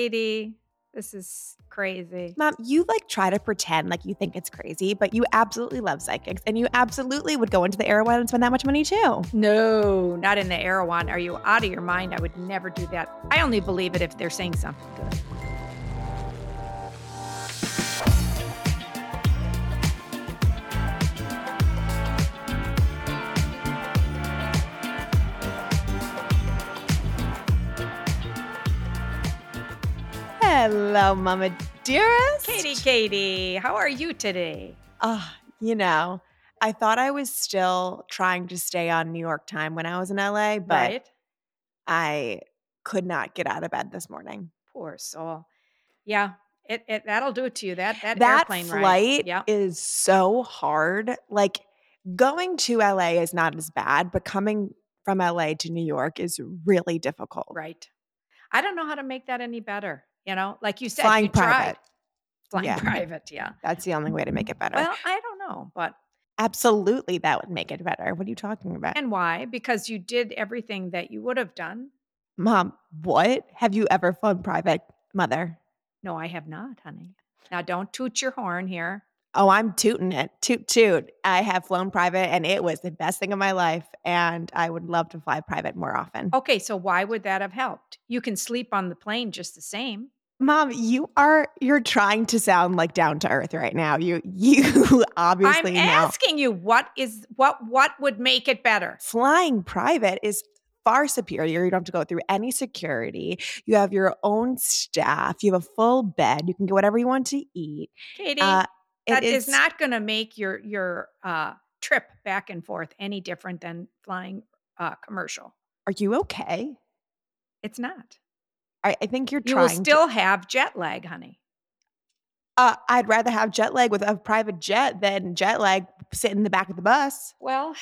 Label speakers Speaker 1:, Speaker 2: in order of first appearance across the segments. Speaker 1: Katie, this is crazy.
Speaker 2: Mom, you like try to pretend like you think it's crazy, but you absolutely love psychics and you absolutely would go into the Erewhon and spend that much money too.
Speaker 1: No, not in the Erewhon. Are you out of your mind? I would never do that. I only believe it if they're saying something good.
Speaker 2: Hello, Mama Dearest.
Speaker 1: Katie, Katie, how are you today?
Speaker 2: Oh, you know, I thought I was still trying to stay on New York time when I was in LA, but
Speaker 1: right?
Speaker 2: I could not get out of bed this morning.
Speaker 1: Poor soul. Yeah, it, it that'll do it to you. That that,
Speaker 2: that
Speaker 1: airplane
Speaker 2: flight
Speaker 1: ride. Yeah.
Speaker 2: is so hard. Like going to LA is not as bad, but coming from LA to New York is really difficult.
Speaker 1: Right. I don't know how to make that any better. You know, like you said,
Speaker 2: Flying
Speaker 1: you tried.
Speaker 2: private.
Speaker 1: Flying
Speaker 2: Yeah.
Speaker 1: private, yeah.
Speaker 2: That's the only way to make it better.
Speaker 1: Well, I don't know, but
Speaker 2: Absolutely, that would make it better. What are you talking about?
Speaker 1: and why? Because you did everything that you would have done.
Speaker 2: Mom, what? Have you ever flown private, mother?
Speaker 1: No, I have not, honey. Now don't toot your horn here.
Speaker 2: Oh, I'm tooting it. Toot, toot. I have flown private and it was the best thing of my life. And I would love to fly private more often.
Speaker 1: Okay, so why would that have helped? You can sleep on the plane just the same.
Speaker 2: Mom, you are, you're trying to sound like down to earth right now. You, you obviously
Speaker 1: I'm
Speaker 2: know.
Speaker 1: asking you what is what what would make it better?
Speaker 2: flying private is far superior. You don't have to go through any security. You have your own staff. You have a full bed. You can get whatever you want to eat.
Speaker 1: Katie,
Speaker 2: Uh, it
Speaker 1: that is
Speaker 2: is-
Speaker 1: not going to make your your uh, trip back and forth any different than flying uh, commercial.
Speaker 2: Are you okay?
Speaker 1: It's not.
Speaker 2: I, I think you're
Speaker 1: You will
Speaker 2: trying. to,
Speaker 1: still have jet lag, honey.
Speaker 2: uh, I'd rather have jet lag with a private jet than jet lag sit in the back of the bus.
Speaker 1: Well,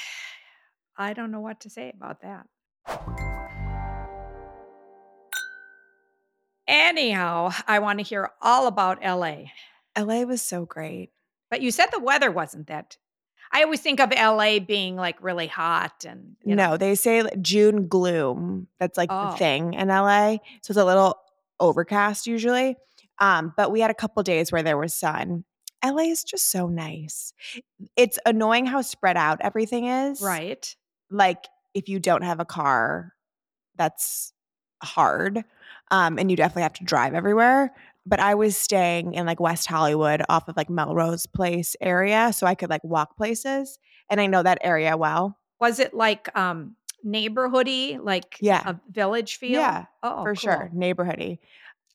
Speaker 1: I don't know what to say about that. Anyhow, I want to hear all about LA.
Speaker 2: LA was so great.
Speaker 1: But you said the weather wasn't that. I always think of LA being like really hot and you know,
Speaker 2: No, they say like, June gloom. That's like
Speaker 1: Oh.
Speaker 2: the thing in LA. So it's a little overcast usually. Um, but we had a couple days where there was sun. LA is just so nice. It's annoying how spread out everything is.
Speaker 1: right.
Speaker 2: Like if you don't have a car, that's hard. Um, and you definitely have to drive everywhere. But I was staying in like West Hollywood off of like Melrose Place area. So I could like walk places. And I know that area well.
Speaker 1: Was it like um neighborhoody, like
Speaker 2: Yeah.
Speaker 1: a village feel?
Speaker 2: Yeah,
Speaker 1: Oh, cool.
Speaker 2: for sure. Neighborhoody.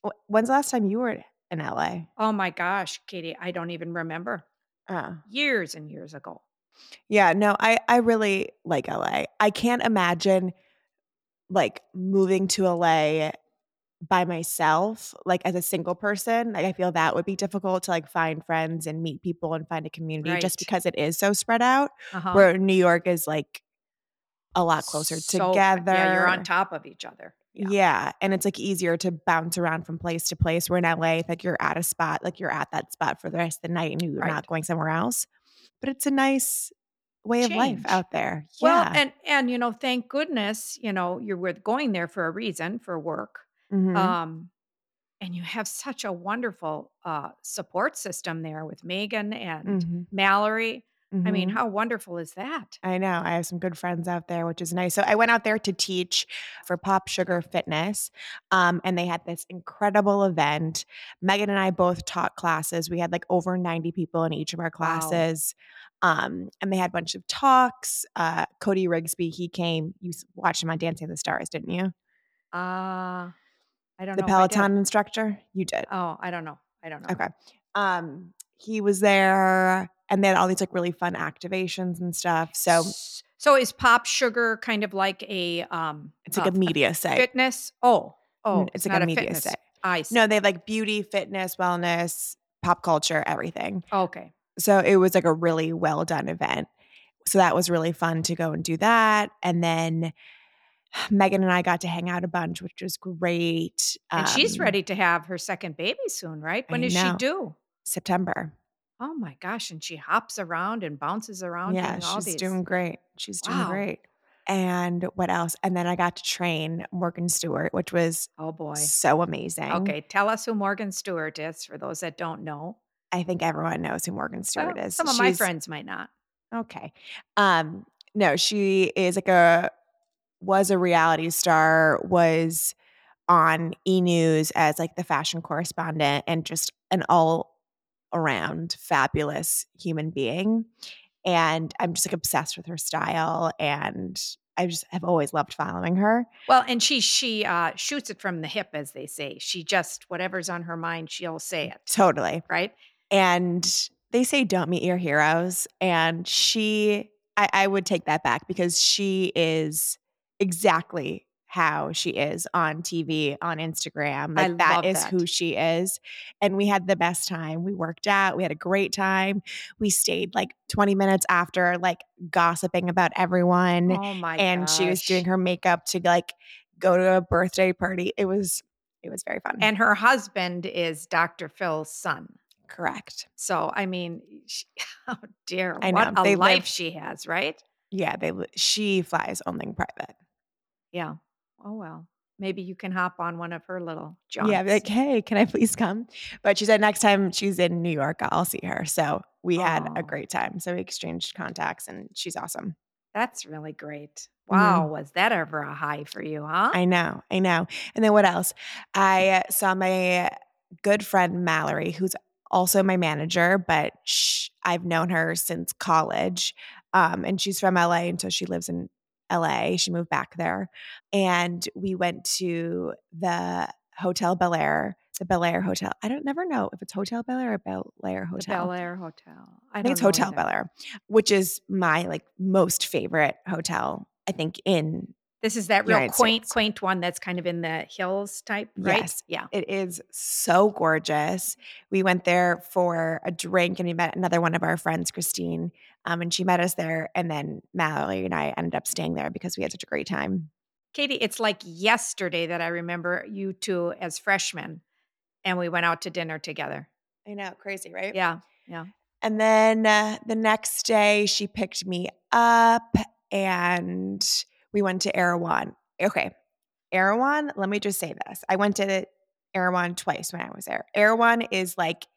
Speaker 2: Wh- When's the last time you were in LA?
Speaker 1: Oh my gosh, Katie, I don't even remember.
Speaker 2: Uh,
Speaker 1: Years and years ago.
Speaker 2: yeah, no, I I really like LA. I can't imagine like moving to LA by myself, like as a single person. Like I feel that would be difficult to like find friends and meet people and find a community just
Speaker 1: Right.
Speaker 2: because it is so spread out.
Speaker 1: Uh-huh.
Speaker 2: Where New York is like a lot closer
Speaker 1: So-
Speaker 2: together.
Speaker 1: Yeah, you're on top of each other.
Speaker 2: Yeah. And it's like easier to bounce around from place to place. We're in LA, it's like you're at a spot, like you're at that spot for the rest of the night and you're
Speaker 1: Right.
Speaker 2: not going somewhere else. But it's a nice way of life
Speaker 1: Change.
Speaker 2: out there.
Speaker 1: Well,
Speaker 2: yeah.
Speaker 1: and and you know, thank goodness, you know, you were going there for a reason for work.
Speaker 2: Mhm.
Speaker 1: Um, and you have such a wonderful uh, support system there with Megan and
Speaker 2: Mhm.
Speaker 1: Mallory. I mean,
Speaker 2: Mhm.
Speaker 1: how wonderful is that?
Speaker 2: I know. I have some good friends out there, which is nice. So I went out there to teach for Pop Sugar Fitness, um, and they had this incredible event. Megan and I both taught classes. We had like over 90 people in each of our classes. Um, and they had a bunch of talks. Uh, Cody Rigsby, he came. You s- watched him on Dancing with the Stars, didn't you?
Speaker 1: Uh, I don't
Speaker 2: The
Speaker 1: know. if I did.
Speaker 2: Peloton instructor? You did.
Speaker 1: Oh, I don't know. I don't know.
Speaker 2: Okay. Um, he was there, and they had all these like really fun activations and stuff. So
Speaker 1: S- so is Pop Sugar kind of like a um?
Speaker 2: it's like
Speaker 1: uh,
Speaker 2: a media site. Mm,
Speaker 1: fitness. Oh, oh,
Speaker 2: it's like
Speaker 1: not
Speaker 2: a media
Speaker 1: fitness.
Speaker 2: site.
Speaker 1: I see.
Speaker 2: No, they have like beauty, fitness, wellness, pop culture, everything.
Speaker 1: Okay.
Speaker 2: So it was like a really well done event. So that was really fun to go and do that. And then Megan and I got to hang out a bunch, which was great.
Speaker 1: And she's
Speaker 2: Um,
Speaker 1: ready to have her second baby soon, right? When
Speaker 2: I
Speaker 1: is
Speaker 2: know.
Speaker 1: she due?
Speaker 2: September.
Speaker 1: Oh my gosh! And she hops around and bounces around.
Speaker 2: Yeah,
Speaker 1: doing all
Speaker 2: she's
Speaker 1: these.
Speaker 2: doing great. She's doing
Speaker 1: Wow.
Speaker 2: great. And what else? And then I got to train Morgan Stewart, which was
Speaker 1: Oh boy.
Speaker 2: so amazing.
Speaker 1: Okay, tell us who Morgan Stewart is for those that don't know.
Speaker 2: I think everyone knows who Morgan Stewart
Speaker 1: Well,
Speaker 2: is.
Speaker 1: Some of my
Speaker 2: She's-
Speaker 1: friends might not.
Speaker 2: Okay. Um, no, she is like a was a reality star, was on E News as like the fashion correspondent and just an all around fabulous human being. And I'm just like obsessed with her style and I just have always loved following her.
Speaker 1: Well, and she she uh, shoots it from the hip, as they say. She just whatever's on her mind, she'll say
Speaker 2: Mm.
Speaker 1: it,
Speaker 2: Totally.
Speaker 1: right?
Speaker 2: and they say don't meet your heroes and she I, I would take that back because she is exactly how she is on TV, on Instagram.
Speaker 1: I
Speaker 2: Like that
Speaker 1: love
Speaker 2: is
Speaker 1: that.
Speaker 2: who she is. And we had the best time. We worked out. We had a great time. We stayed like 20 minutes after, like gossiping about everyone.
Speaker 1: Oh my!
Speaker 2: and she was doing
Speaker 1: gosh.
Speaker 2: her makeup to like go to a birthday party. It was it was very fun.
Speaker 1: and her husband is Dr. Phil's son.
Speaker 2: correct.
Speaker 1: So I mean, she, oh dear,
Speaker 2: I
Speaker 1: what
Speaker 2: know.
Speaker 1: a
Speaker 2: They live-
Speaker 1: life she has, right?
Speaker 2: Yeah, they li- she flies only private.
Speaker 1: Yeah. Oh well, maybe you can hop on one of her little jaunts.
Speaker 2: Yeah, be like, hey, can I please come? But she said next time she's in New York, I'll see her. So we had
Speaker 1: Aw.
Speaker 2: a great time. So we exchanged contacts and she's awesome.
Speaker 1: That's really great.
Speaker 2: Mhm.
Speaker 1: Wow, was that ever a high for you, huh?
Speaker 2: I know, I know. And then what else? I uh, saw my good friend Mallory, who's also my manager, but sh I've known her since college. Um, and she's from LA, and so she lives in LA. She moved back there. And we went to the Hotel Bel Air, the Bel Air Hotel. I don't never know if it's Hotel Bel Air or Bel Air
Speaker 1: the
Speaker 2: Hotel.
Speaker 1: Bel Air Hotel.
Speaker 2: I think it's Hotel Bel Air, which is my like most favorite hotel, I think, in
Speaker 1: This is that real
Speaker 2: United
Speaker 1: quaint,
Speaker 2: States.
Speaker 1: quaint one that's kind of in the hills type, right?
Speaker 2: Yes.
Speaker 1: Yeah.
Speaker 2: It is so gorgeous. We went there for a drink and we met another one of our friends, Christine, um, and she met us there. And then Mallory and I ended up staying there because we had such a great time.
Speaker 1: Katie, it's like yesterday that I remember you two as freshmen and we went out to dinner together.
Speaker 2: I know, crazy, right?
Speaker 1: Yeah.
Speaker 2: And then uh, the next day, she picked me up and we went to Erewhon. Okay. Erewhon, let me just say this. I went to Erewhon twice when I was there. Erewhon is like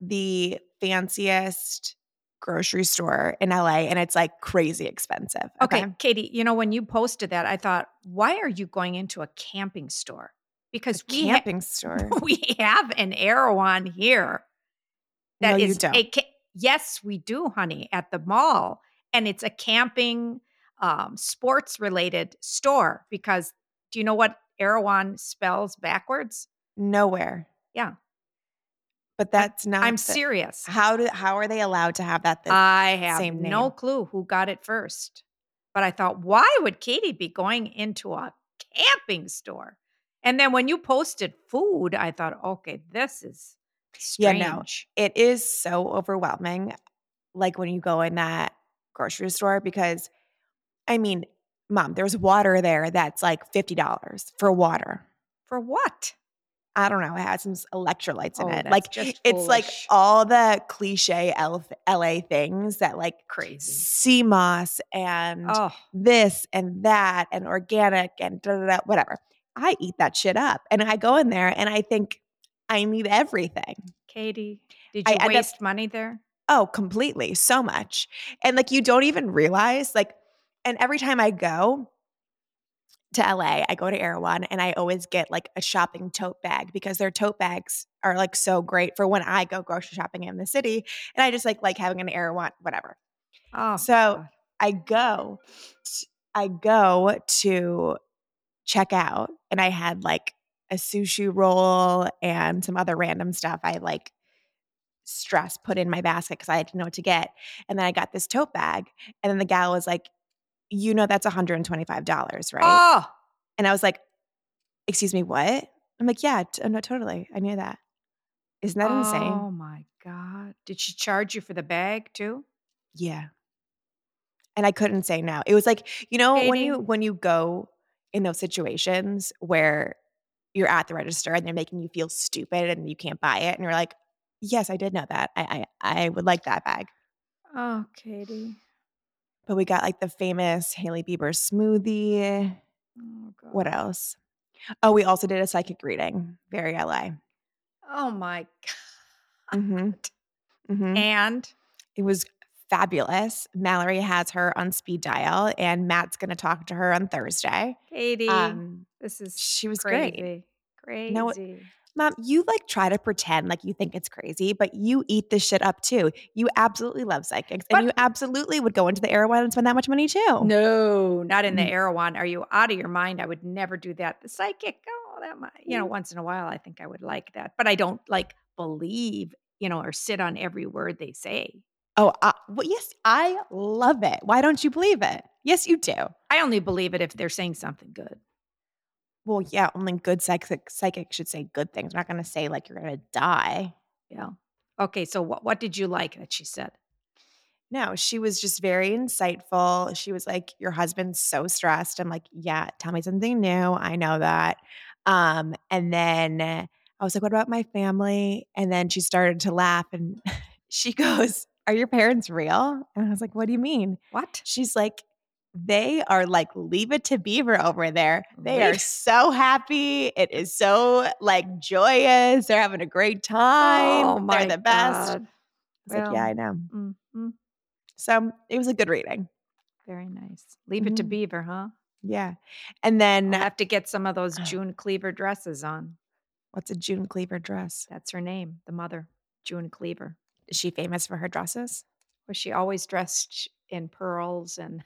Speaker 2: the fanciest grocery store in LA and it's like crazy expensive.
Speaker 1: Okay, Katie, you know, when you posted that, I thought, why are you going into a camping store? Because we, ha-
Speaker 2: Camping store.
Speaker 1: we have an Erewhon here that
Speaker 2: No,
Speaker 1: is
Speaker 2: you don't.
Speaker 1: a ca- yes, we do, honey, at the mall. And it's a camping um, sports related store because do you know what Erewhon spells backwards?
Speaker 2: Nowhere.
Speaker 1: Yeah.
Speaker 2: But that's not
Speaker 1: I'm
Speaker 2: the-
Speaker 1: serious.
Speaker 2: How do how are they allowed to have that? This
Speaker 1: I have
Speaker 2: same
Speaker 1: no
Speaker 2: name.
Speaker 1: clue who got it first. But I thought, why would Katie be going into a camping store? And then when you posted food, I thought, okay, this is
Speaker 2: Yeah,
Speaker 1: strange.
Speaker 2: no. it is so overwhelming like when you go in that grocery store because i mean mom there's water there that's like $50 for water
Speaker 1: For what?
Speaker 2: i don't know it has some s- electrolytes in
Speaker 1: Oh,
Speaker 2: it
Speaker 1: that's
Speaker 2: like
Speaker 1: just
Speaker 2: it's like
Speaker 1: foolish.
Speaker 2: all the cliche L- la things that like
Speaker 1: Crazy.
Speaker 2: sea moss and
Speaker 1: Mm. Oh,
Speaker 2: this and that and organic and da, da, da, whatever i eat that shit up and i go in there and i think i need everything
Speaker 1: Katie, did
Speaker 2: I
Speaker 1: you
Speaker 2: end up-
Speaker 1: waste money there?
Speaker 2: Oh, completely. So much. And like you don't even realize, like, and every time I go to LA, I go to Erewhon and I always get like a shopping tote bag because their tote bags are like so great for when I go grocery shopping in the city. And I just like like having an Erewhon, whatever.
Speaker 1: Oh,
Speaker 2: So
Speaker 1: God.
Speaker 2: I go, I go to check out, and I had like a sushi roll and some other random stuff. I like stress put in my basket because I didn't know what to get, and then I got this tote bag, and then the gal was like, "You know that's one hundred and twenty five dollars, right?"
Speaker 1: oh,
Speaker 2: And I was like, "Excuse me, what?" I'm like, "Yeah, t- oh, no, totally. I knew that. Isn't that
Speaker 1: Oh
Speaker 2: insane?"
Speaker 1: my God. Did she charge you for the bag too?
Speaker 2: Yeah. and I couldn't say no. It was like you know when
Speaker 1: Katie?
Speaker 2: you when you go in those situations where you're at the register and they're making you feel stupid and you can't buy it, and you're like, "Yes, I did know that. I I, I would like that bag."
Speaker 1: Oh, Katie.
Speaker 2: But we got like the famous Haley Bieber smoothie.
Speaker 1: Oh, God.
Speaker 2: What else? Oh, we also did a psychic reading. Very LA.
Speaker 1: Oh my God.
Speaker 2: hmm hmm
Speaker 1: And
Speaker 2: It was fabulous. Mallory has her on speed dial, and Matt's going to talk to her on Thursday.
Speaker 1: Katie,
Speaker 2: Um,
Speaker 1: this is
Speaker 2: she was great.
Speaker 1: crazy. Crazy.
Speaker 2: No, Mom, you like try to pretend like you think it's crazy, but you eat this shit up too. You absolutely love psychics,
Speaker 1: But-
Speaker 2: and you absolutely would go into the Erewhon and spend that much money too.
Speaker 1: No, not in the
Speaker 2: Mm.
Speaker 1: Erewhon. Are you out of your mind? I would never do that. The psychic, oh, that might, you know,
Speaker 2: Mm.
Speaker 1: once in a while, I think I would like that, but I don't like believe, you know, or sit on every word they say.
Speaker 2: Oh, uh, well, yes, I love it. Why don't you believe it? Yes, you do.
Speaker 1: I only believe it if they're saying something good.
Speaker 2: Well, yeah, only good psychic psychic should say good things. We're not going to say like you're going to die.
Speaker 1: Yeah. Okay. So what, what did you like that she said?
Speaker 2: No, she was just very insightful. She was like, Your husband's so stressed. I'm like, Yeah, tell me something new. I know that. Um, and then uh, I was like, What about my family? And then she started to laugh and she goes, Are your parents real? And I was like, What do you mean?
Speaker 1: What?
Speaker 2: She's like, They are like, Leave it to Beaver over there. They are
Speaker 1: Leave-
Speaker 2: so happy. It is so like joyous. They're having a great time.
Speaker 1: oh my
Speaker 2: They're the best.
Speaker 1: God.
Speaker 2: I was like, Yeah,
Speaker 1: Well,
Speaker 2: I know.
Speaker 1: mhm.
Speaker 2: So it was a good reading.
Speaker 1: Very nice. Leave it to
Speaker 2: Mhm.
Speaker 1: Beaver, huh?
Speaker 2: Yeah. And then
Speaker 1: I'll have to get some of those
Speaker 2: Oh.
Speaker 1: June Cleaver dresses on.
Speaker 2: what's a June Cleaver dress?
Speaker 1: That's her name, the mother, June Cleaver.
Speaker 2: Is she famous for her dresses?
Speaker 1: Was she always dressed in pearls and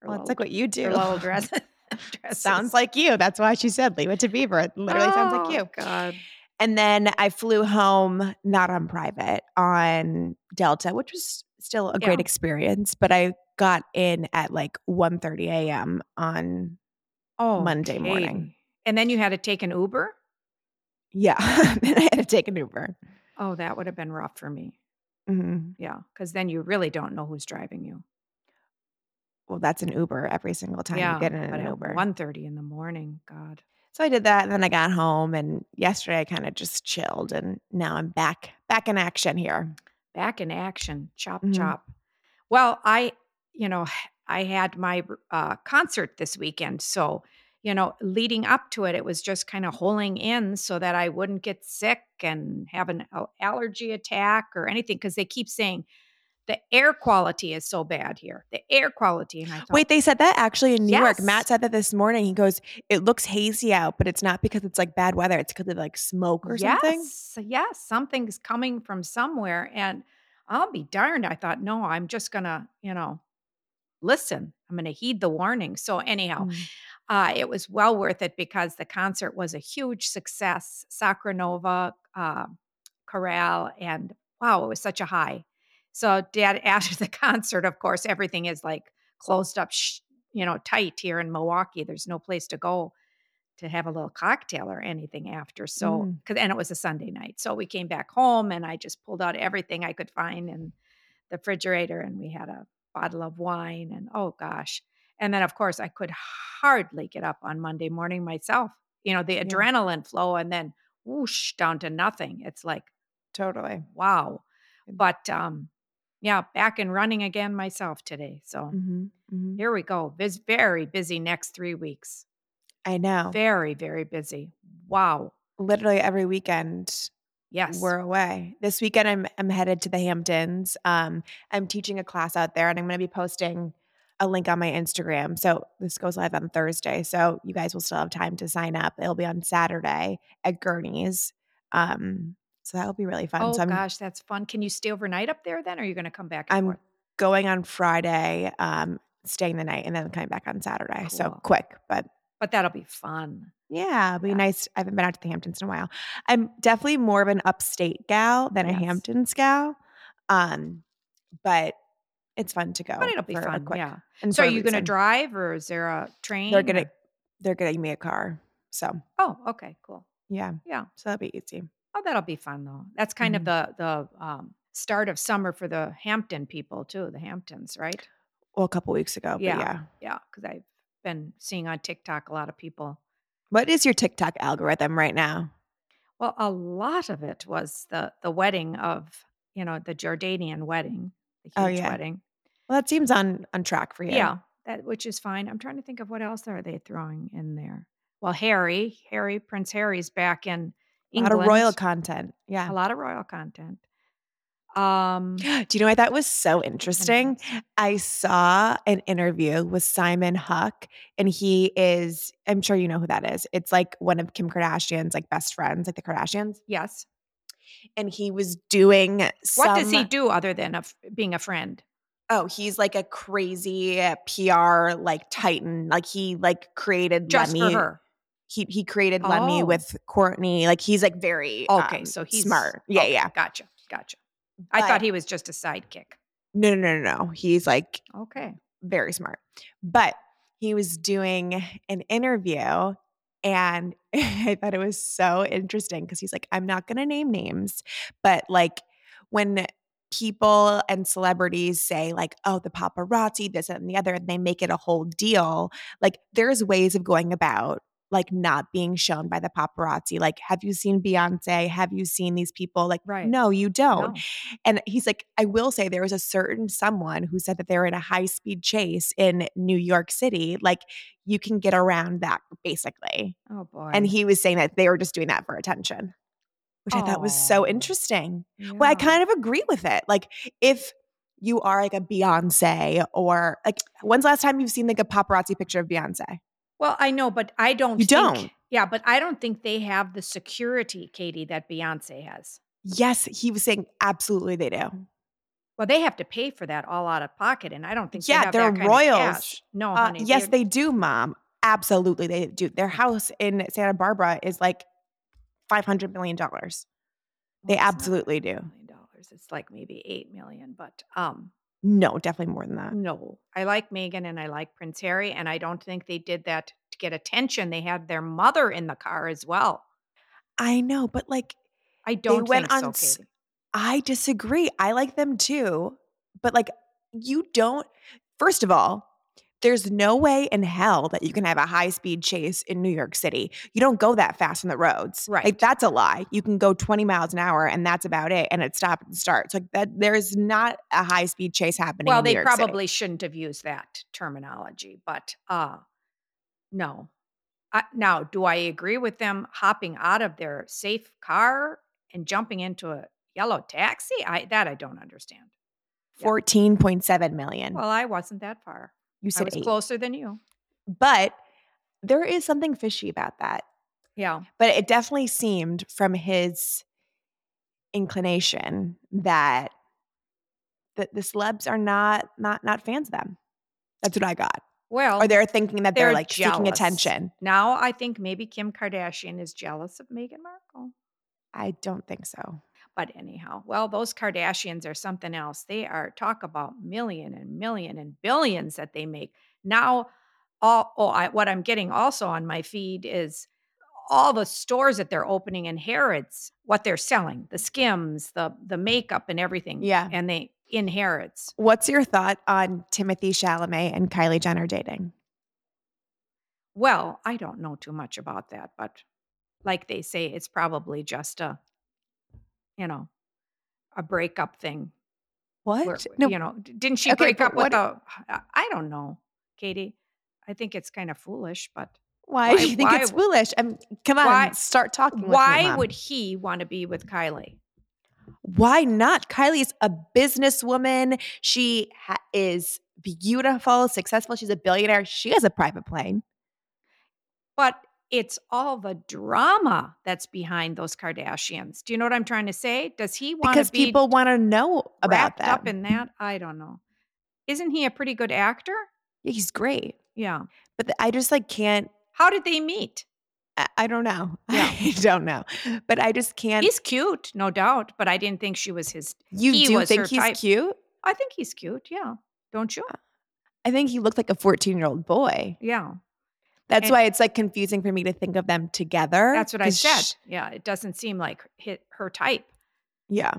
Speaker 1: her,
Speaker 2: Well, it's
Speaker 1: little,
Speaker 2: like what you do.
Speaker 1: her little dress? dresses?
Speaker 2: sounds like you. That's why she said leave it to Beaver. It literally sounds
Speaker 1: Oh,
Speaker 2: like you.
Speaker 1: God.
Speaker 2: And then I flew home, not on private, on Delta, which was still a great
Speaker 1: Yeah.
Speaker 2: experience. But I got in at like 1.30 a.m. on
Speaker 1: Oh,
Speaker 2: Monday morning.
Speaker 1: Katie. And then you had to take an Uber?
Speaker 2: yeah. and I had to take an Uber.
Speaker 1: Oh, that would have been rough for me.
Speaker 2: Mhm.
Speaker 1: Yeah, because then you really don't know who's driving you.
Speaker 2: Well, that's an Uber every single time
Speaker 1: yeah,
Speaker 2: you get in an
Speaker 1: but at
Speaker 2: Uber.
Speaker 1: 1.30 in the morning, God.
Speaker 2: So I did that, and then I got home, and yesterday I kind of just chilled, and now I'm back, back in action here.
Speaker 1: back in action chop
Speaker 2: Mhm.
Speaker 1: chop well i you know i had my uh, concert this weekend so you know leading up to it it was just kind of holding in so that i wouldn't get sick and have an al- allergy attack or anything because they keep saying the air quality is so bad here the air quality and i thought
Speaker 2: Wait, they said that actually in New York.
Speaker 1: Yes.
Speaker 2: Matt said that this morning. He goes, "It looks hazy out, but it's not because it's like bad weather. It's because of like smoke or something."
Speaker 1: yes yes something's coming from somewhere and i'll be darned i thought no i'm just gonna you know listen i'm gonna heed the warning so anyhow
Speaker 2: Mm.
Speaker 1: uh, it was well worth it because the concert was a huge success. Sacra Nova, uh, Chorale, and wow, it was such a high. So, Dad, after the concert, of course, everything is like closed up, sh- you know, tight here in Milwaukee. There's no place to go to have a little cocktail or anything after. So,
Speaker 2: Mm.
Speaker 1: cause, and it was a Sunday night. So, we came back home and I just pulled out everything I could find in the refrigerator and we had a bottle of wine and oh gosh. And then, of course, I could hardly get up on Monday morning myself. You know, the
Speaker 2: Yeah.
Speaker 1: adrenaline flow and then whoosh down to nothing. It's like,
Speaker 2: Totally.
Speaker 1: wow.
Speaker 2: Mm.
Speaker 1: But um, yeah, back and running again myself today. So
Speaker 2: hmm hmm
Speaker 1: here we go. Biz- very busy next three weeks.
Speaker 2: I know.
Speaker 1: Very, very busy. Wow.
Speaker 2: Literally every weekend
Speaker 1: Yes.
Speaker 2: we're away. This weekend I'm I'm headed to the Hamptons. Um, I'm teaching a class out there, and I'm going to be posting a link on my Instagram. So this goes live on Thursday, so you guys will still have time to sign up. It'll be on Saturday at Gurney's. Um, so that'll be really fun.
Speaker 1: oh
Speaker 2: so I'm
Speaker 1: gosh, that's fun. Can you stay overnight up there then? Or are you going to come back? And
Speaker 2: I'm
Speaker 1: forth?
Speaker 2: going on Friday, um, staying the night, and then coming back on Saturday. So
Speaker 1: Cool.
Speaker 2: quick, but
Speaker 1: But that'll be fun.
Speaker 2: Yeah, it'd be
Speaker 1: Yeah.
Speaker 2: nice. I haven't been out to the Hamptons in a while. I'm definitely more of an upstate gal than
Speaker 1: Yes.
Speaker 2: a Hamptons gal. Um, but it's fun to go.
Speaker 1: But it'll be
Speaker 2: Oh, for a
Speaker 1: fun.
Speaker 2: quick
Speaker 1: Yeah.
Speaker 2: and
Speaker 1: So
Speaker 2: for
Speaker 1: are
Speaker 2: a
Speaker 1: you going to
Speaker 2: reason.
Speaker 1: drive or is there a train?
Speaker 2: They're gonna
Speaker 1: or-
Speaker 2: they're getting me a car. So
Speaker 1: Oh, okay, cool.
Speaker 2: yeah,
Speaker 1: Yeah.
Speaker 2: so that'll be easy.
Speaker 1: Oh, that'll be fun though. That's kind of
Speaker 2: Mm-hmm.
Speaker 1: the the um, start of summer for the Hampton people too, the Hamptons, right?
Speaker 2: Well, a couple weeks ago,
Speaker 1: Yeah.
Speaker 2: but yeah.
Speaker 1: Yeah, cuz I've been seeing on TikTok a lot of people.
Speaker 2: What is your TikTok algorithm right now?
Speaker 1: Well, a lot of it was the the wedding of, you know, the Jordanian wedding, the
Speaker 2: Oh,
Speaker 1: huge
Speaker 2: yeah.
Speaker 1: wedding.
Speaker 2: Well, that seems on on track for you.
Speaker 1: Yeah. that which is fine. I'm trying to think of what else are they throwing in there. Well, Harry, Harry, Prince Harry's back in
Speaker 2: a lot
Speaker 1: England.
Speaker 2: of royal content. Yeah.
Speaker 1: a lot of royal content. Um,
Speaker 2: Do you know what that was so interesting? I saw an interview with Simon Huck, and he is, I'm sure you know who that is. It's like one of Kim Kardashian's like best friends, like the Kardashians.
Speaker 1: Yes.
Speaker 2: And he was doing
Speaker 1: What does he
Speaker 2: some-
Speaker 1: do other than a f being a friend?
Speaker 2: Oh, he's like a crazy uh, PR like titan. Like he like created
Speaker 1: Just
Speaker 2: Lemmy.
Speaker 1: for her.
Speaker 2: He he created Lemmy
Speaker 1: Oh.
Speaker 2: with Courtney. Like he's like very
Speaker 1: Okay,
Speaker 2: um,
Speaker 1: so he's
Speaker 2: smart. Yeah,
Speaker 1: okay,
Speaker 2: yeah.
Speaker 1: Gotcha, gotcha. I thought
Speaker 2: But-
Speaker 1: he was just a sidekick.
Speaker 2: No, no, no, no. no. He's like
Speaker 1: Okay.
Speaker 2: very smart. But he was doing an interview and I thought it was so interesting because he's like, I'm not going to name names, but like when people and celebrities say, like, oh, the paparazzi, this and the other, and they make it a whole deal, like, there's ways of going about like not being shown by the paparazzi. Like, have you seen Beyonce? Have you seen these people? Like,
Speaker 1: Right.
Speaker 2: no, you don't.
Speaker 1: No.
Speaker 2: And he's like, I will say there was a certain someone who said that they were in a high speed chase in New York City. Like, you can get around that basically.
Speaker 1: Oh boy.
Speaker 2: And he was saying that they were just doing that for attention, which I thought was so
Speaker 1: Oh.
Speaker 2: interesting. Well, I
Speaker 1: Yeah.
Speaker 2: kind of agree with it. Like, if you are like a Beyonce or like, when's the last time you've seen like a paparazzi picture of Beyonce?
Speaker 1: Well, I know, but I don't.
Speaker 2: You
Speaker 1: think-
Speaker 2: don't.
Speaker 1: Yeah, but I don't think they have the security, Katie, that Beyonce has.
Speaker 2: Yes, he was saying absolutely they do.
Speaker 1: Well, they have to pay for that all out of pocket, and I don't think.
Speaker 2: Yeah,
Speaker 1: they have
Speaker 2: they're
Speaker 1: that kind of
Speaker 2: royals.
Speaker 1: cash. No,
Speaker 2: Uh,
Speaker 1: honey.
Speaker 2: yes,
Speaker 1: they're- Oh,
Speaker 2: they do, mom. Absolutely, they do. Their house in Santa Barbara is like five hundred million dollars.
Speaker 1: well,
Speaker 2: they
Speaker 1: it's not
Speaker 2: absolutely do.
Speaker 1: $5 million dollars. It's like maybe eight million, but um,
Speaker 2: No, definitely more than that.
Speaker 1: no. I like Megan and I like Prince Harry, and I don't think they did that to get attention. They had their mother in the car as well.
Speaker 2: I know, but like,
Speaker 1: I don't
Speaker 2: went
Speaker 1: think
Speaker 2: on
Speaker 1: so,
Speaker 2: s-
Speaker 1: Katie.
Speaker 2: I disagree. I like them too, but like, you don't. First of all, there's no way in hell that you can have a high speed chase in New York City. You don't go that fast on the roads.
Speaker 1: Right.
Speaker 2: Like, that's a lie. You can go 20 miles an hour and that's about it. And it stops and starts. Like, that, there is not a high speed chase happening.
Speaker 1: Well,
Speaker 2: in New
Speaker 1: they
Speaker 2: York City.
Speaker 1: probably shouldn't have used that terminology, but uh no. Uh, now, do I agree with them hopping out of their safe car and jumping into a yellow taxi? I that I don't understand. Yeah.
Speaker 2: 14.7 million.
Speaker 1: Well, I wasn't that far.
Speaker 2: you
Speaker 1: I
Speaker 2: said
Speaker 1: was
Speaker 2: eight.
Speaker 1: closer than you.
Speaker 2: But there is something fishy about that.
Speaker 1: Yeah.
Speaker 2: But it definitely seemed from his inclination that that the celebs are not not not fans of them. That's what I got.
Speaker 1: Well,
Speaker 2: Or they're thinking that they're,
Speaker 1: Oh. they're
Speaker 2: like seeking
Speaker 1: jealous.
Speaker 2: attention.
Speaker 1: now I think maybe Kim Kardashian is jealous of Meghan Markle.
Speaker 2: I don't think so.
Speaker 1: But anyhow, well, those Kardashians are something else. They are talk about million and million and billions that they make. Now, all oh, I, what I'm getting also on my feed is all the stores that they're opening in Harrods, what they're selling, the skims, the the makeup and everything.
Speaker 2: Yeah.
Speaker 1: And they in Harrods.
Speaker 2: What's your thought on Timothy Chalamet and Kylie Jenner dating?
Speaker 1: Well, I don't know too much about that, but like they say, it's probably just a, you know, a breakup thing.
Speaker 2: What?
Speaker 1: where-
Speaker 2: no,
Speaker 1: you know, d- didn't she
Speaker 2: Okay,
Speaker 1: break
Speaker 2: but
Speaker 1: up with
Speaker 2: what-
Speaker 1: a? I- I don't know, Katie. I think it's kind of foolish, but
Speaker 2: why, do
Speaker 1: why-
Speaker 2: you think
Speaker 1: why
Speaker 2: it's
Speaker 1: w-
Speaker 2: foolish? i come on,
Speaker 1: why-
Speaker 2: start talking. with me,
Speaker 1: why
Speaker 2: Mom.
Speaker 1: would he want to be with Kylie?
Speaker 2: why not? Kylie's a businesswoman. She ha- is beautiful, successful. She's a billionaire. She has a private plane.
Speaker 1: But it's all the drama that's behind those Kardashians. Do you know what I'm trying to say? Does he want
Speaker 2: Because
Speaker 1: to be
Speaker 2: people want to know about
Speaker 1: wrapped
Speaker 2: that.
Speaker 1: up in that? I don't know. Isn't he a pretty good actor?
Speaker 2: yeah, he's great,
Speaker 1: Yeah.
Speaker 2: but th- I just like can't.
Speaker 1: How did they meet?
Speaker 2: I, I don't know.
Speaker 1: Yeah.
Speaker 2: I don't know. But I just can't.
Speaker 1: He's cute, no doubt, but I didn't think she was his.
Speaker 2: you
Speaker 1: he
Speaker 2: do
Speaker 1: was her
Speaker 2: think he's
Speaker 1: type.
Speaker 2: cute?
Speaker 1: I think he's cute. Yeah. Don't you?
Speaker 2: I think he looked like a 14 year old boy.
Speaker 1: Yeah.
Speaker 2: That's
Speaker 1: And-
Speaker 2: why it's like confusing for me to think of them together.
Speaker 1: That's what I
Speaker 2: 'cause
Speaker 1: said.
Speaker 2: sh-
Speaker 1: yeah, it doesn't seem like hit her type,
Speaker 2: yeah.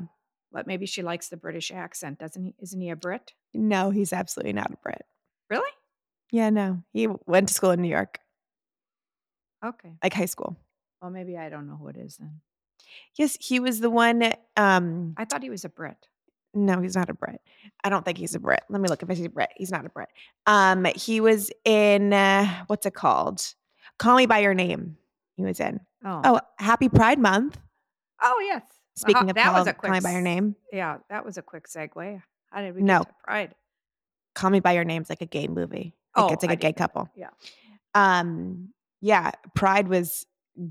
Speaker 1: but maybe she likes the British accent, doesn't he? Isn't he a Brit?
Speaker 2: No, he's absolutely not a Brit.
Speaker 1: Really?
Speaker 2: Yeah, no. He went to school in New York,
Speaker 1: Okay.
Speaker 2: like high school.
Speaker 1: Well, maybe I don't know who it is then.
Speaker 2: Yes, he was the one. Um,
Speaker 1: I thought he was a Brit.
Speaker 2: No, he's not a Brit. I don't think he's a Brit. Let me look if he's a Brit. He's not a Brit. Um, he was in uh, what's it called? Call Me by Your Name. He was in.
Speaker 1: Oh,
Speaker 2: Oh, Happy Pride Month.
Speaker 1: Oh, yes. Well,
Speaker 2: Speaking
Speaker 1: ho-
Speaker 2: of
Speaker 1: that
Speaker 2: call,
Speaker 1: was a quick
Speaker 2: Call Me by Your
Speaker 1: s-
Speaker 2: Name,
Speaker 1: Yeah, that was a quick segue. How did we
Speaker 2: No.
Speaker 1: get to Pride?
Speaker 2: Call Me by Your Name is like a gay movie. Like,
Speaker 1: Oh,
Speaker 2: it's like
Speaker 1: I
Speaker 2: a gay
Speaker 1: didn't know that.
Speaker 2: couple.
Speaker 1: Yeah.
Speaker 2: Um, yeah, Pride was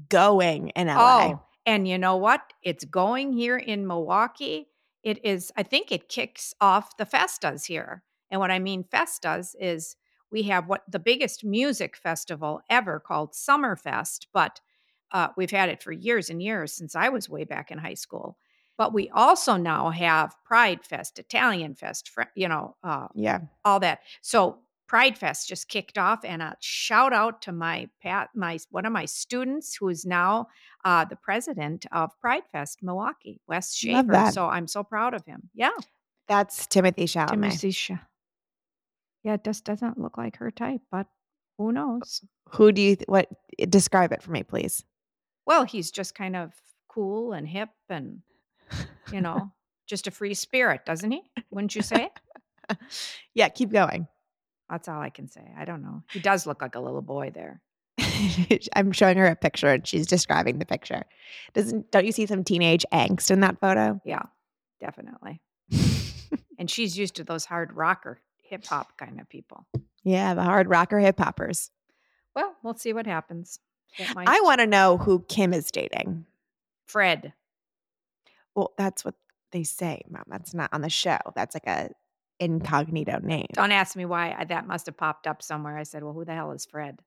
Speaker 2: going in LA.
Speaker 1: Oh, and you know what? It's going here in Milwaukee. It is, I think it kicks off the festas here. And what I mean festas is we have what the biggest music festival ever called Summerfest, but uh, we've had it for years and years since I was way back in high school. But we also now have Pride Fest, Italian Fest, Fr- you know, uh,
Speaker 2: Yeah.
Speaker 1: all that. So Pride Fest just kicked off, and a shout out to my pat my one of my students who is now uh, the president of Pride Fest Milwaukee, Wes
Speaker 2: Love
Speaker 1: Shaver.
Speaker 2: that.
Speaker 1: So I'm so proud of him. Yeah,
Speaker 2: That's Timothy Chalamet.
Speaker 1: Timothy Sha- Yeah, it just doesn't look like her type, but who knows?
Speaker 2: Who do you th- what describe it for me, please?
Speaker 1: Well, he's just kind of cool and hip, and you know, just a free spirit, doesn't he? Wouldn't you say?
Speaker 2: yeah, keep going.
Speaker 1: That's all I can say. I don't know. He does look like a little boy there.
Speaker 2: I'm showing her a picture and she's describing the picture. Doesn't don't you see some teenage angst in that photo?
Speaker 1: Yeah, definitely. and she's used to those hard rocker hip hop kind of people.
Speaker 2: yeah, the hard rocker hip hoppers.
Speaker 1: Well, we'll see what happens. It might-
Speaker 2: I want to know who Kim is dating.
Speaker 1: Fred.
Speaker 2: Well, that's what they say, Mom. That's not on the show. That's like a incognito name.
Speaker 1: Don't ask me why I, that must have popped up somewhere. I said, "Well, who the hell is Fred?"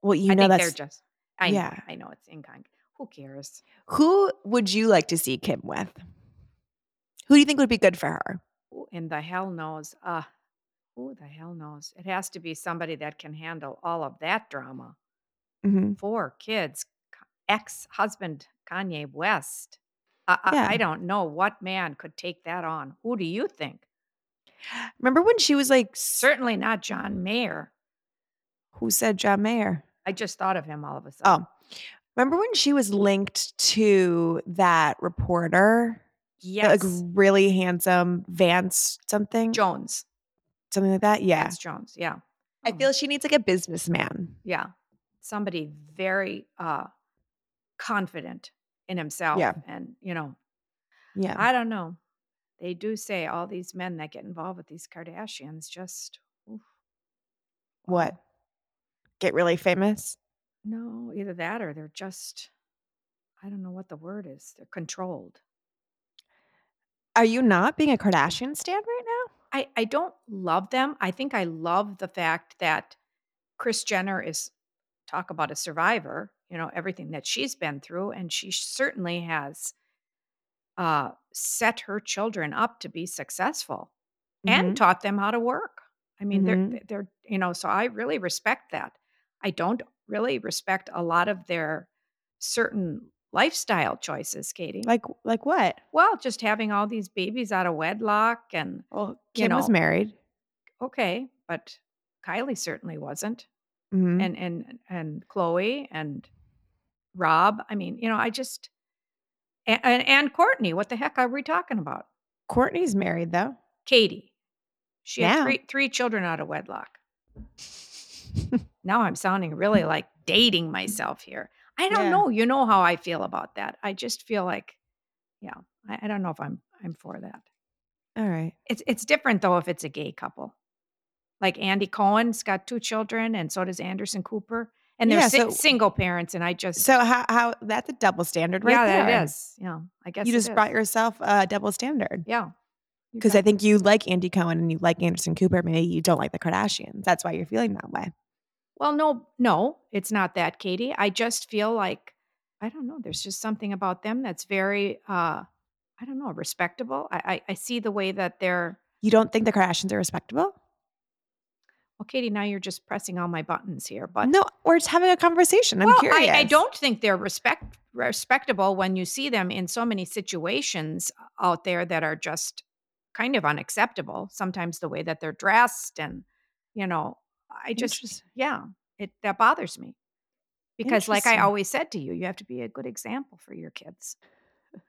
Speaker 2: Well, you
Speaker 1: I
Speaker 2: know
Speaker 1: think they're
Speaker 2: that's
Speaker 1: just. I know,
Speaker 2: yeah.
Speaker 1: I know it's incong. Who cares?
Speaker 2: who would you like to see Kim with? Who do you think would be good for her?
Speaker 1: Who in the hell knows? Uh, who the hell knows? It has to be somebody that can handle all of that drama.
Speaker 2: Mm-hmm.
Speaker 1: Four kids, ex husband Kanye West. Uh,
Speaker 2: Yeah.
Speaker 1: I, I don't know what man could take that on. Who do you think?
Speaker 2: Remember when she was like, s-
Speaker 1: Certainly not John Mayer.
Speaker 2: who said John Mayer?
Speaker 1: I just thought of him all of a sudden.
Speaker 2: Oh, remember when she was linked to that reporter?
Speaker 1: yes.
Speaker 2: That, Like really handsome Vance something,
Speaker 1: Jones.
Speaker 2: something like that. Yeah,
Speaker 1: Vance Jones. Yeah.
Speaker 2: I
Speaker 1: Oh,
Speaker 2: feel she needs like a businessman.
Speaker 1: yeah. Somebody very uh confident in himself.
Speaker 2: Yeah.
Speaker 1: And you know,
Speaker 2: Yeah,
Speaker 1: I don't know. They do say all these men that get involved with these Kardashians just oof,
Speaker 2: what? Get really famous?
Speaker 1: no, either that or they're just I don't know what the word is. They're controlled.
Speaker 2: Are you not being a Kardashian stan right now?
Speaker 1: I, I don't love them. I think I love the fact that Chris Jenner is talk about a survivor, you know, everything that she's been through. And she certainly has uh, set her children up to be successful
Speaker 2: Mm-hmm.
Speaker 1: and taught them how to work. I mean, they're,
Speaker 2: Mhm.
Speaker 1: they're, you know, so I really respect that. I don't really respect a lot of their certain lifestyle choices, Katie.
Speaker 2: Mhm. like like what?
Speaker 1: well, just having all these babies out of wedlock and
Speaker 2: Well,
Speaker 1: You
Speaker 2: Kim was
Speaker 1: know,
Speaker 2: married.
Speaker 1: okay, but Kylie certainly wasn't,
Speaker 2: Mhm.
Speaker 1: and and and Chloe and Rob. I mean, you know, I just and, and and Courtney. What the heck are we talking about?
Speaker 2: Courtney's married though.
Speaker 1: Katie, she had
Speaker 2: Now.
Speaker 1: three three children out of wedlock. Now I'm sounding really like dating myself here. I don't
Speaker 2: Yeah.
Speaker 1: know. You know how I feel about that. I just feel like, yeah, I, I don't know if I'm I'm for that.
Speaker 2: All right.
Speaker 1: It's it's different though if it's a gay couple. Like Andy Cohen's got two children, and so does Anderson Cooper, and they're
Speaker 2: Yeah,
Speaker 1: si-
Speaker 2: so-
Speaker 1: single parents. And I just
Speaker 2: So how how that's a double standard right
Speaker 1: yeah,
Speaker 2: there.
Speaker 1: that is yeah. I guess
Speaker 2: You
Speaker 1: it
Speaker 2: just brought
Speaker 1: is.
Speaker 2: yourself a double standard.
Speaker 1: yeah You
Speaker 2: Because
Speaker 1: got-
Speaker 2: I think you like Andy Cohen and you like Anderson Cooper. Maybe you don't like the Kardashians. That's why you're feeling that way.
Speaker 1: well no no it's not that Katie. I just feel like I don't know. There's just something about them that's very uh I don't know respectable. I I, I see the way that they're
Speaker 2: You don't think the Kardashians are respectable?
Speaker 1: well, Katie. Now you're just pressing all my buttons here, but
Speaker 2: no, we're just having a conversation. I'm
Speaker 1: well,
Speaker 2: curious.
Speaker 1: I, I don't think they're respect respectable when you see them in so many situations uh, out there that are just kind of unacceptable. Sometimes the way that they're dressed, and you know, I just
Speaker 2: Interesting.
Speaker 1: yeah, it that bothers me because, like I
Speaker 2: Interesting.
Speaker 1: always said to you, you have to be a good example for your kids.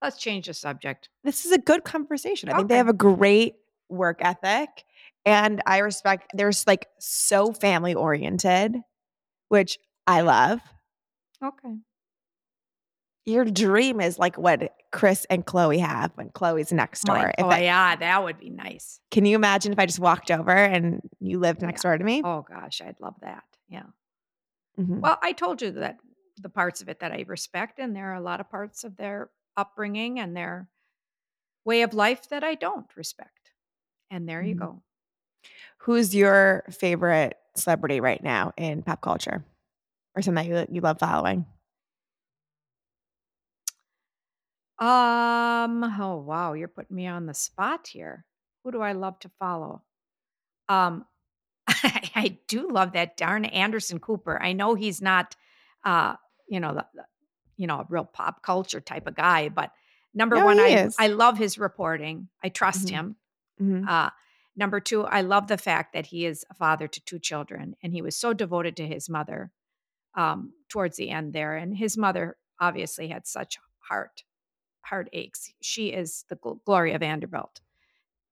Speaker 1: Let's change the subject.
Speaker 2: This is a good conversation. I think they
Speaker 1: Okay.
Speaker 2: have a great work ethic and I respect they're s- like so family oriented, which I love.
Speaker 1: Okay.
Speaker 2: Your dream is like what Chris and Chloe have when Chloe's next door.
Speaker 1: My-
Speaker 2: If
Speaker 1: oh,
Speaker 2: I-
Speaker 1: yeah, that would be nice.
Speaker 2: can you imagine if I just walked over and you lived next door to me?
Speaker 1: Oh, gosh, I'd love that. Yeah.
Speaker 2: Mhm.
Speaker 1: Well, I told you that the parts of it that I respect, and there are a lot of parts of their upbringing and their way of life that I don't respect. And there you
Speaker 2: Mhm.
Speaker 1: go.
Speaker 2: Who's your favorite celebrity right now in pop culture or something that you, you love following?
Speaker 1: Um, oh wow, you're putting me on the spot here. Who do I love to follow? Um, I, do love that darn Anderson Cooper. I know he's not uh, you know, the, the- you know, a real pop culture type of guy, but number
Speaker 2: No,
Speaker 1: one,
Speaker 2: he
Speaker 1: I
Speaker 2: is.
Speaker 1: I love his reporting. I trust
Speaker 2: Mhm.
Speaker 1: him.
Speaker 2: Mhm.
Speaker 1: Uh number two, I love the fact that he is a father to two children and he was so devoted to his mother um towards the end there. And his mother obviously had such heart heartaches. She is the gl- Gloria Vanderbilt.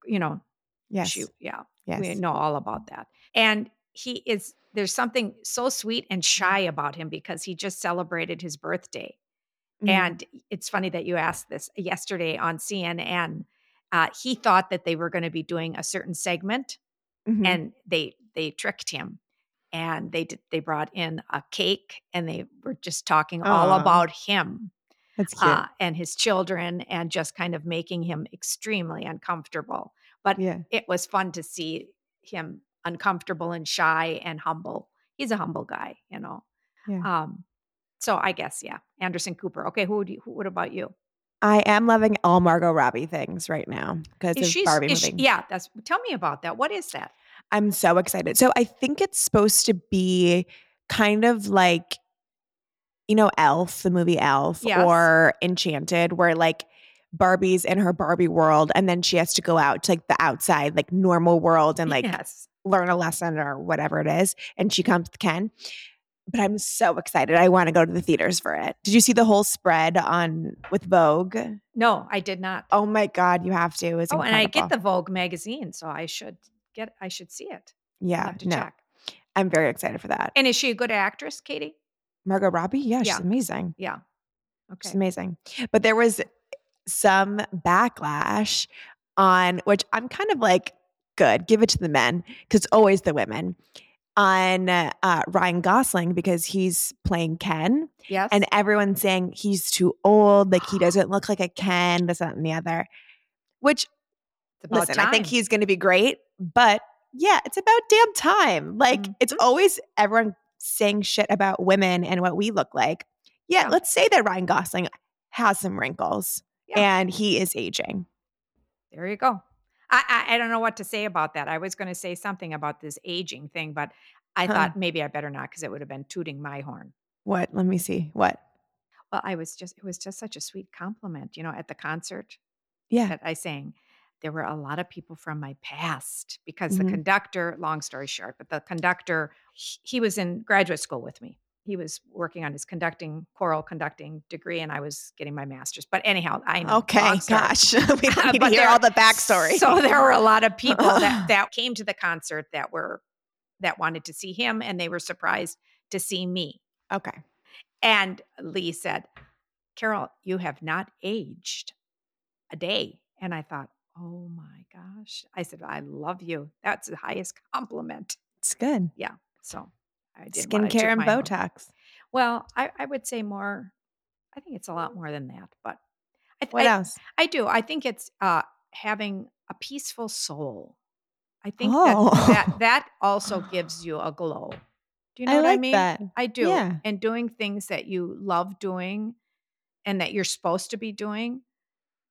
Speaker 1: You know,
Speaker 2: Yes.
Speaker 1: she, yeah,
Speaker 2: Yes.
Speaker 1: we know all about that. And he is, there's something so sweet and shy about him because he just celebrated his birthday.
Speaker 2: Mhm.
Speaker 1: And it's funny that you asked this yesterday on CNN. Uh, he thought that they were going to be doing a certain segment
Speaker 2: Mhm.
Speaker 1: and they they tricked him and they did they brought in a cake and they were just talking all
Speaker 2: Aw.
Speaker 1: about him
Speaker 2: that's cute.
Speaker 1: uh, and his children and just kind of making him extremely uncomfortable. But
Speaker 2: yeah.
Speaker 1: it was fun to see him uncomfortable and shy and humble. He's a humble guy, you know.
Speaker 2: Yeah.
Speaker 1: Um, so I guess yeah, Anderson Cooper. Okay, who do you, who, what about you?
Speaker 2: I am loving all Margot Robbie things right now because
Speaker 1: Is
Speaker 2: of
Speaker 1: she?
Speaker 2: Barbie
Speaker 1: Is she,
Speaker 2: movie.
Speaker 1: yeah, that's. Tell me about that. What is that?
Speaker 2: I'm so excited. So I think it's supposed to be kind of like, you know, Elf, the movie Elf,
Speaker 1: Yes.
Speaker 2: or Enchanted, where like Barbie's in her Barbie world and then she has to go out to like the outside, like normal world and like
Speaker 1: yes,
Speaker 2: learn a lesson or whatever it is. And she comes with Ken. But I'm so excited. I want to go to the theaters for it. Did you see the whole spread on with Vogue?
Speaker 1: no, I did not.
Speaker 2: Oh my God, you have to. It was
Speaker 1: oh, and I get
Speaker 2: incredible.
Speaker 1: the Vogue magazine, so I should get. I should see it.
Speaker 2: yeah,
Speaker 1: I'll have to
Speaker 2: no,
Speaker 1: check.
Speaker 2: I'm very excited for that.
Speaker 1: And is she a good actress, Katie?
Speaker 2: Margot Robbie, yeah, she's
Speaker 1: Yeah.
Speaker 2: amazing.
Speaker 1: Yeah.
Speaker 2: She's
Speaker 1: Okay.
Speaker 2: amazing. But there was some backlash on which I'm kind of like, good, give it to the men because it's always the women on uh, uh, Ryan Gosling because he's playing Ken
Speaker 1: Yes.
Speaker 2: and everyone's saying he's too old, like he doesn't look like a Ken, this that, and the other. Which
Speaker 1: It's about
Speaker 2: listen, I think
Speaker 1: time.
Speaker 2: he's going to be great, but yeah, it's about damn time. Like it's
Speaker 1: Mm-hmm.
Speaker 2: always everyone saying shit about women and what we look like. Yeah,
Speaker 1: Yeah.
Speaker 2: let's say that Ryan Gosling has some wrinkles
Speaker 1: Yeah.
Speaker 2: and he is aging.
Speaker 1: There you go. I, I I don't know what to say about that. I was going to say something about this aging thing, but I
Speaker 2: Huh.
Speaker 1: thought maybe I better not because it would have been tooting my horn.
Speaker 2: What? Let me see. What?
Speaker 1: Well, I was just it was just such a sweet compliment, you know, at the concert
Speaker 2: Yeah.
Speaker 1: that I sang. There were a lot of people from my past because
Speaker 2: Mhm.
Speaker 1: the conductor, long story short, but the conductor, he, he was in graduate school with me. He was working on his conducting, choral conducting degree, and I was getting my master's. But anyhow, I know.
Speaker 2: Okay.
Speaker 1: long story.
Speaker 2: Gosh. we don't need to
Speaker 1: But
Speaker 2: hear
Speaker 1: there-
Speaker 2: all the backstory.
Speaker 1: So there were a lot of people that, that came to the concert that were that wanted to see him and they were surprised to see me.
Speaker 2: okay.
Speaker 1: And Lee said, Carol, you have not aged a day. And I thought, oh my gosh. I said, I love you. That's the highest compliment.
Speaker 2: It's good.
Speaker 1: So I did
Speaker 2: Skincare and Botox.
Speaker 1: Well, I, I would say more, I think it's a lot more than that, but I, th-
Speaker 2: What
Speaker 1: I,
Speaker 2: else?
Speaker 1: I do. I think it's uh, having a peaceful soul. I think
Speaker 2: Oh.
Speaker 1: that, that that also gives you a glow. Do you know
Speaker 2: I
Speaker 1: what
Speaker 2: like
Speaker 1: I mean?
Speaker 2: that.
Speaker 1: I do.
Speaker 2: Yeah.
Speaker 1: And doing things that you love doing and that you're supposed to be doing,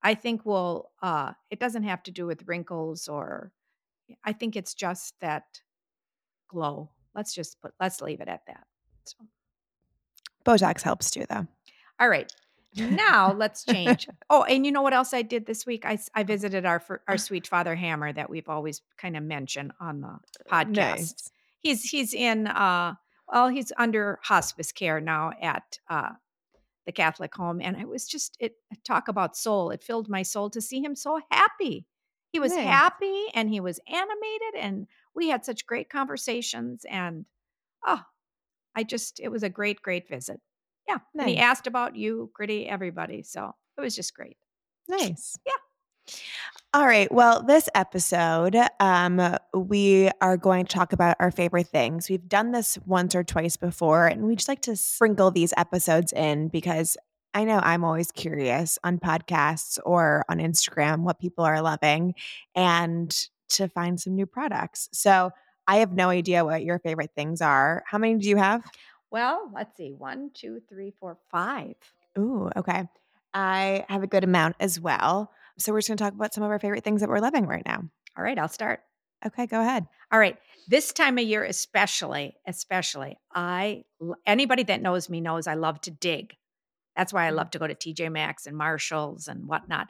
Speaker 1: I think will uh it doesn't have to do with wrinkles or I think it's just that glow. Let's just put let's leave it at that. So
Speaker 2: Botox helps too, though.
Speaker 1: all right. Now let's change. Oh, and you know what else I did this week? I, s- I visited our fir- our sweet father Hammer that we've always kind of mentioned on the podcast.
Speaker 2: Nice.
Speaker 1: He's he's in uh well he's under hospice care now at uh the Catholic home. And it was just, it talk about soul. It filled my soul to see him so happy. He was
Speaker 2: Nice.
Speaker 1: happy and he was animated, and we had such great conversations. And oh, I just, it was a great, great visit. Yeah. And he
Speaker 2: Nice.
Speaker 1: asked about you, Gritty, everybody. So it was just great.
Speaker 2: Nice.
Speaker 1: Yeah.
Speaker 2: All right. Well, this episode, um, we are going to talk about our favorite things. We've done this once or twice before, and we just like to sprinkle these episodes in because I know I'm always curious on podcasts or on Instagram what people are loving and to find some new products. So I have no idea what your favorite things are. How many do you have?
Speaker 1: Well, let's see. One, two, three, four, five.
Speaker 2: Ooh, okay. I have a good amount as well. So we're just going to talk about some of our favorite things that we're loving right now.
Speaker 1: All right, I'll start.
Speaker 2: Okay, go ahead.
Speaker 1: All right. This time of year, especially, especially, I l- anybody that knows me knows I love to dig. That's why I love to go to TJ Maxx and Marshalls and whatnot.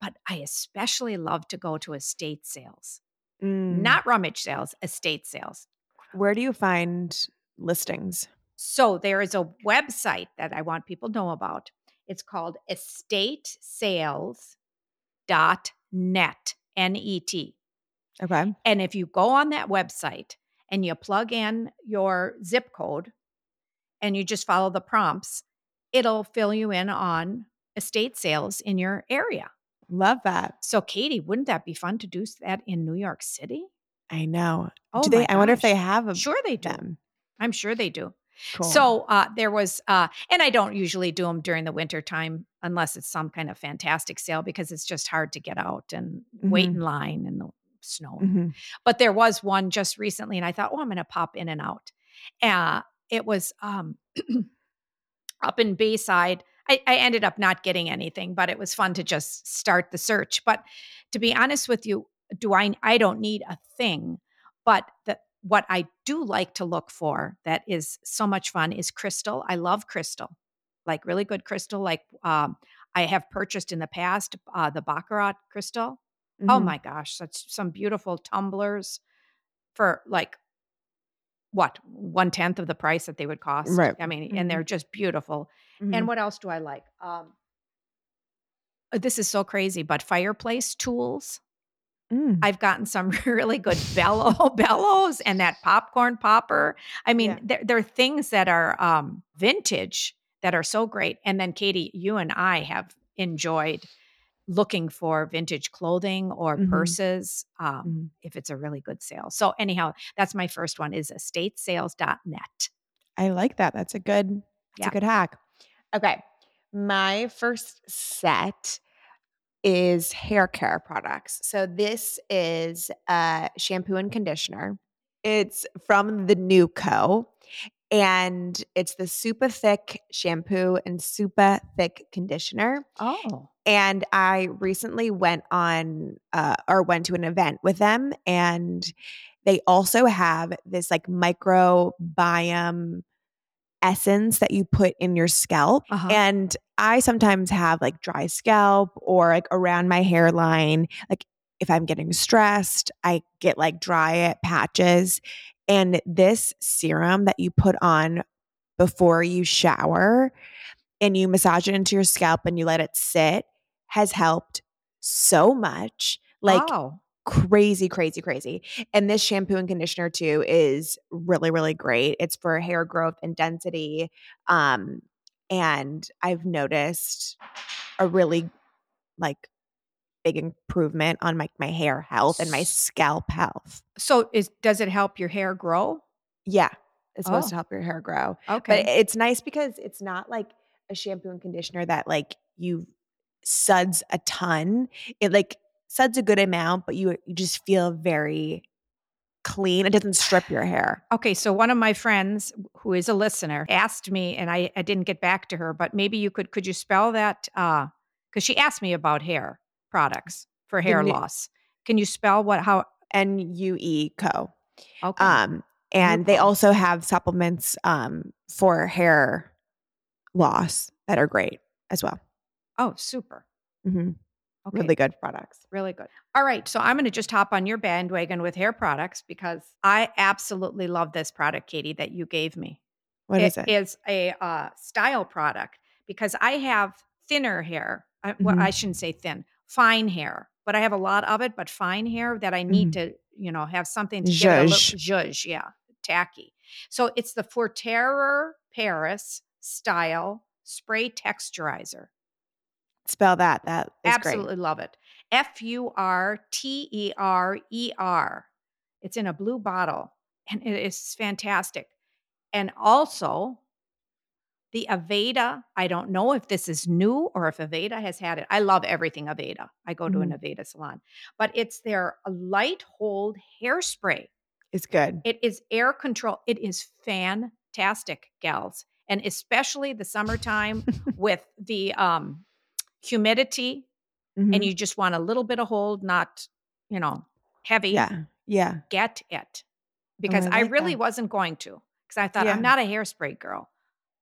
Speaker 1: But I especially love to go to estate sales,
Speaker 2: Mm.
Speaker 1: not rummage sales, estate sales.
Speaker 2: Where do you find listings?
Speaker 1: So there is a website that I want people to know about. It's called estatesales.net, N E T.
Speaker 2: Okay.
Speaker 1: And if you go on that website and you plug in your zip code and you just follow the prompts, it'll fill you in on estate sales in your area.
Speaker 2: Love that.
Speaker 1: So, Katie, wouldn't that be fun to do that in New York City?
Speaker 2: I know.
Speaker 1: Oh,
Speaker 2: do they
Speaker 1: my
Speaker 2: I wonder if they
Speaker 1: gosh.
Speaker 2: have a,
Speaker 1: Sure, they do.
Speaker 2: them.
Speaker 1: I'm sure they do.
Speaker 2: Cool.
Speaker 1: So uh, there was, uh, and I don't usually do them during the winter time unless it's some kind of fantastic sale because it's just hard to get out and wait
Speaker 2: Mhm.
Speaker 1: in line in the snow. and
Speaker 2: Mhm.
Speaker 1: but there was one just recently and i thought oh i'm going to pop in and out uh, it was um, up in bayside I, I ended up not getting anything but it was fun to just start the search but to be honest with you do i i don't need a thing but the what i do like to look for that is so much fun is crystal i love crystal like really good crystal like um, i have purchased in the past uh, the baccarat crystal Oh
Speaker 2: Mhm.
Speaker 1: my gosh, such some beautiful tumblers for like what one tenth of the price that they would cost.
Speaker 2: Right.
Speaker 1: I mean, and they're just beautiful. And
Speaker 2: Mhm.
Speaker 1: what else do I like? Um, uh, this is so crazy, but fireplace tools.
Speaker 2: Mm.
Speaker 1: I've gotten some really good bellow bellows and that popcorn popper. I mean,
Speaker 2: Yeah.
Speaker 1: there, there are things that are um, vintage that are so great. And then, Katie, you and I have enjoyed looking for vintage clothing or
Speaker 2: Mhm.
Speaker 1: purses um,
Speaker 2: Mhm.
Speaker 1: if it's a really good sale. So, anyhow, that's my first one is estatesales.net.
Speaker 2: I like that. That's a good that's
Speaker 1: Yeah.
Speaker 2: a good hack. Okay. My first set is hair care products. So this is uh shampoo and conditioner. It's from the new co and it's the super thick shampoo and super thick conditioner.
Speaker 1: Oh,
Speaker 2: And I recently went on uh, or went to an event with them, and they also have this like microbiome essence that you put in your scalp.
Speaker 1: Uh-huh.
Speaker 2: And I sometimes have like dry scalp or like around my hairline. Like if I'm getting stressed, I get like dry patches. And this serum that you put on before you shower and you massage it into your scalp and you let it sit has helped so much. Like
Speaker 1: wow.
Speaker 2: crazy, crazy, crazy. And this shampoo and conditioner too is really, really great. It's for hair growth and density. Um, and I've noticed a really like big improvement on my, my hair health and my
Speaker 1: S-
Speaker 2: scalp health.
Speaker 1: So, is does it help your hair grow?
Speaker 2: Yeah. It's supposed
Speaker 1: Oh.
Speaker 2: to help your hair grow.
Speaker 1: Okay.
Speaker 2: But it's nice because it's not like a shampoo and conditioner that like you suds a ton. It like suds a good amount, but you you just feel very clean. It doesn't strip your hair.
Speaker 1: Okay, so one of my friends who is a listener asked me, and I, I didn't get back to her, but maybe you could could you spell that? Because she asked me about hair products for
Speaker 2: The
Speaker 1: hair
Speaker 2: new-
Speaker 1: loss. Can you spell what? How?
Speaker 2: N U E Co.
Speaker 1: Okay,
Speaker 2: Um, and they
Speaker 1: Nuco.
Speaker 2: also have supplements um for hair loss that are great as well.
Speaker 1: oh, super.
Speaker 2: hmm
Speaker 1: Okay,
Speaker 2: Really good products.
Speaker 1: really good. All right, so I'm going to just hop on your bandwagon with hair products because I absolutely love this product, Katie, that you gave me.
Speaker 2: What is it?
Speaker 1: It is a uh, style product because I have thinner hair. I, well,
Speaker 2: Mhm.
Speaker 1: I shouldn't say thin, fine hair, but I have a lot of it, but fine hair that I need
Speaker 2: Mm-hmm.
Speaker 1: to, you know, have something to get a little zhuzh, yeah, tacky. So it's the Forterra Paris style spray texturizer.
Speaker 2: Spell that. That is
Speaker 1: Absolutely love it. F U R T E R E R. It's in a blue bottle and it is fantastic. And also, the Aveda, I don't know if this is new or if Aveda has had it. I love everything Aveda. I go to an Aveda salon, but it's their light hold hairspray.
Speaker 2: great. It's good.
Speaker 1: It is air control. It is fantastic, gals, and especially the summertime with the um, humidity and
Speaker 2: Mhm.
Speaker 1: you just want a little bit of hold, not, you know, heavy,
Speaker 2: yeah. Yeah.
Speaker 1: get it. Because
Speaker 2: I
Speaker 1: I,
Speaker 2: like
Speaker 1: really
Speaker 2: that.
Speaker 1: wasn't going to, because I thought
Speaker 2: Yeah.
Speaker 1: I'm not a hairspray girl,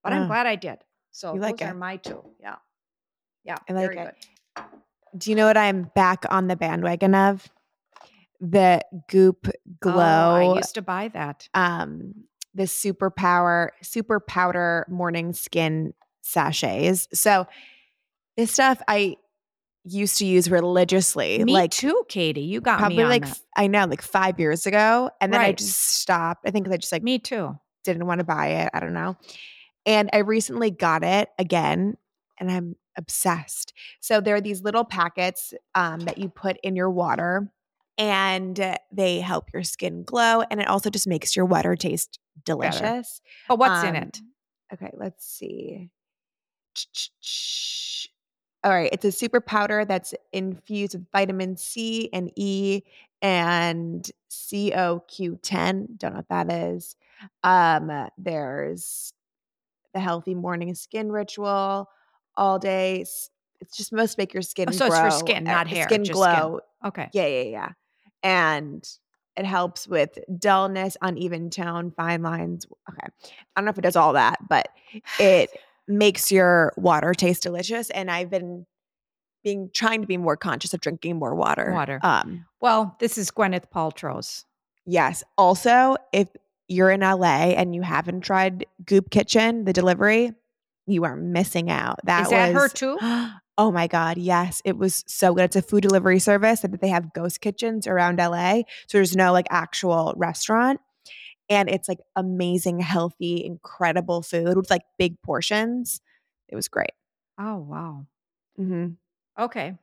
Speaker 1: but
Speaker 2: Ah.
Speaker 1: I'm glad I did. So
Speaker 2: You like
Speaker 1: those
Speaker 2: it.
Speaker 1: are my two. Yeah. Yeah.
Speaker 2: I like
Speaker 1: very
Speaker 2: it.
Speaker 1: good.
Speaker 2: Do you know what I'm back on the bandwagon of? The Goop
Speaker 1: Oh,
Speaker 2: Glow,
Speaker 1: I used to buy that.
Speaker 2: um, the Super Power, Super Powder Morning Skin sachets. So this stuff I used to use religiously,
Speaker 1: Me
Speaker 2: like
Speaker 1: too, Katie. You got me
Speaker 2: probably
Speaker 1: on
Speaker 2: like
Speaker 1: that.
Speaker 2: f- I know, like five years ago, and then I
Speaker 1: Right.
Speaker 2: just stopped. I think I just like
Speaker 1: Me too.
Speaker 2: didn't want to buy it. I don't know. And I recently got it again and I'm obsessed. So there are these little packets um, that you put in your water and uh, they help your skin glow and it also just makes your water taste delicious.
Speaker 1: But what's in
Speaker 2: Um,
Speaker 1: it?
Speaker 2: Okay, let's see. All right, it's a super powder that's infused with vitamin C and E and CoQ10. Don't know what that is. Um, there's the healthy morning skin ritual all day. s- It's just most make your skin
Speaker 1: Oh, so
Speaker 2: grow.
Speaker 1: it's for skin,
Speaker 2: uh,
Speaker 1: not hair,
Speaker 2: Skin
Speaker 1: just skin.
Speaker 2: glow.
Speaker 1: Okay.
Speaker 2: Um, Yeah, yeah, yeah. And it helps with dullness, uneven tone, fine lines. Okay. I don't know if it does all that, but it makes your water taste delicious. And I've been being trying to be more conscious of drinking more water.
Speaker 1: Water.
Speaker 2: Um,
Speaker 1: Well, this is Gwyneth Paltrow's.
Speaker 2: yes. Also, if you're in LA and you haven't tried Goop Kitchen, the delivery, you are missing out. That
Speaker 1: Is that her
Speaker 2: was
Speaker 1: too?
Speaker 2: Oh my God, yes. It was so good. It's a food delivery service that they have ghost kitchens around LA. So there's no like actual restaurant. And it's like amazing, healthy, incredible food with like big portions. It was great.
Speaker 1: Oh, wow.
Speaker 2: Mm-hmm.
Speaker 1: Okay.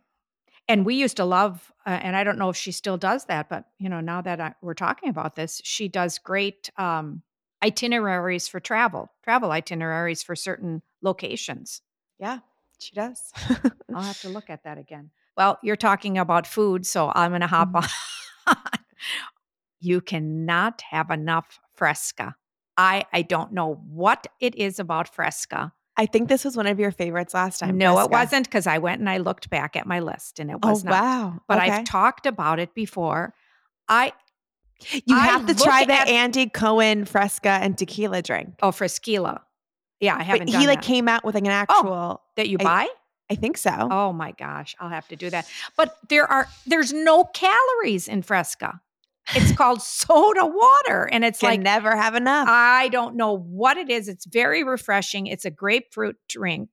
Speaker 1: And we used to love, uh, and I don't know if she still does that, but you know, now that I, we're talking about this, she does great um, itineraries for travel, travel itineraries for certain locations.
Speaker 2: Yeah, she does.
Speaker 1: I'll have to look at that again. Well, you're talking about food, so I'm going to hop
Speaker 2: Mm-hmm.
Speaker 1: on. you cannot have enough fresca. I I don't know what it is about fresca.
Speaker 2: I think this was one of your favorites last time.
Speaker 1: no, it
Speaker 2: Jessica.
Speaker 1: wasn't because I went and I looked back at my list, and it
Speaker 2: Oh,
Speaker 1: was not.
Speaker 2: wow.
Speaker 1: But
Speaker 2: okay.
Speaker 1: I've talked about it before. I
Speaker 2: you
Speaker 1: I
Speaker 2: have to
Speaker 1: look
Speaker 2: try the
Speaker 1: at-
Speaker 2: Andy Cohen Fresca and tequila drink.
Speaker 1: Oh, for Skila. Yeah, I haven't
Speaker 2: But
Speaker 1: done
Speaker 2: he like
Speaker 1: that.
Speaker 2: came out with like an actual,
Speaker 1: that you
Speaker 2: I-
Speaker 1: buy?
Speaker 2: I think so.
Speaker 1: oh my gosh, I'll have to do that. But there are there's no calories in Fresca. It's called soda water and it's
Speaker 2: Can
Speaker 1: like
Speaker 2: never have enough.
Speaker 1: I don't know what it is. It's very refreshing. It's a grapefruit drink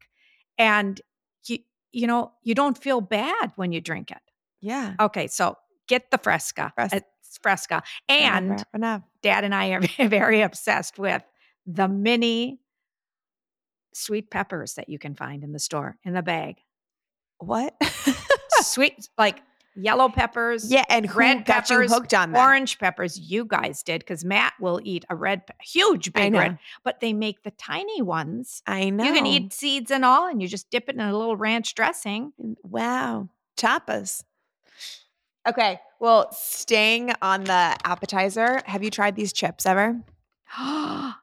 Speaker 1: and you you know, you don't feel bad when you drink it.
Speaker 2: yeah.
Speaker 1: Okay, so get the Fresca.
Speaker 2: Fres-
Speaker 1: It's Fresca.
Speaker 2: Never
Speaker 1: And
Speaker 2: have enough.
Speaker 1: dad and I are very obsessed with the mini sweet peppers that you can find in the store in the bag.
Speaker 2: What?
Speaker 1: sweet, like yellow peppers,
Speaker 2: yeah, and who
Speaker 1: Red
Speaker 2: got you
Speaker 1: peppers,
Speaker 2: hooked on that?
Speaker 1: orange peppers. You guys did because Matt will eat a red, pe- huge,
Speaker 2: I
Speaker 1: big
Speaker 2: know.
Speaker 1: red, but they make the tiny ones.
Speaker 2: I know.
Speaker 1: You can eat seeds and all, and you just dip it in a little ranch dressing.
Speaker 2: Wow, tapas. Okay, well, staying on the appetizer, have you tried these chips ever?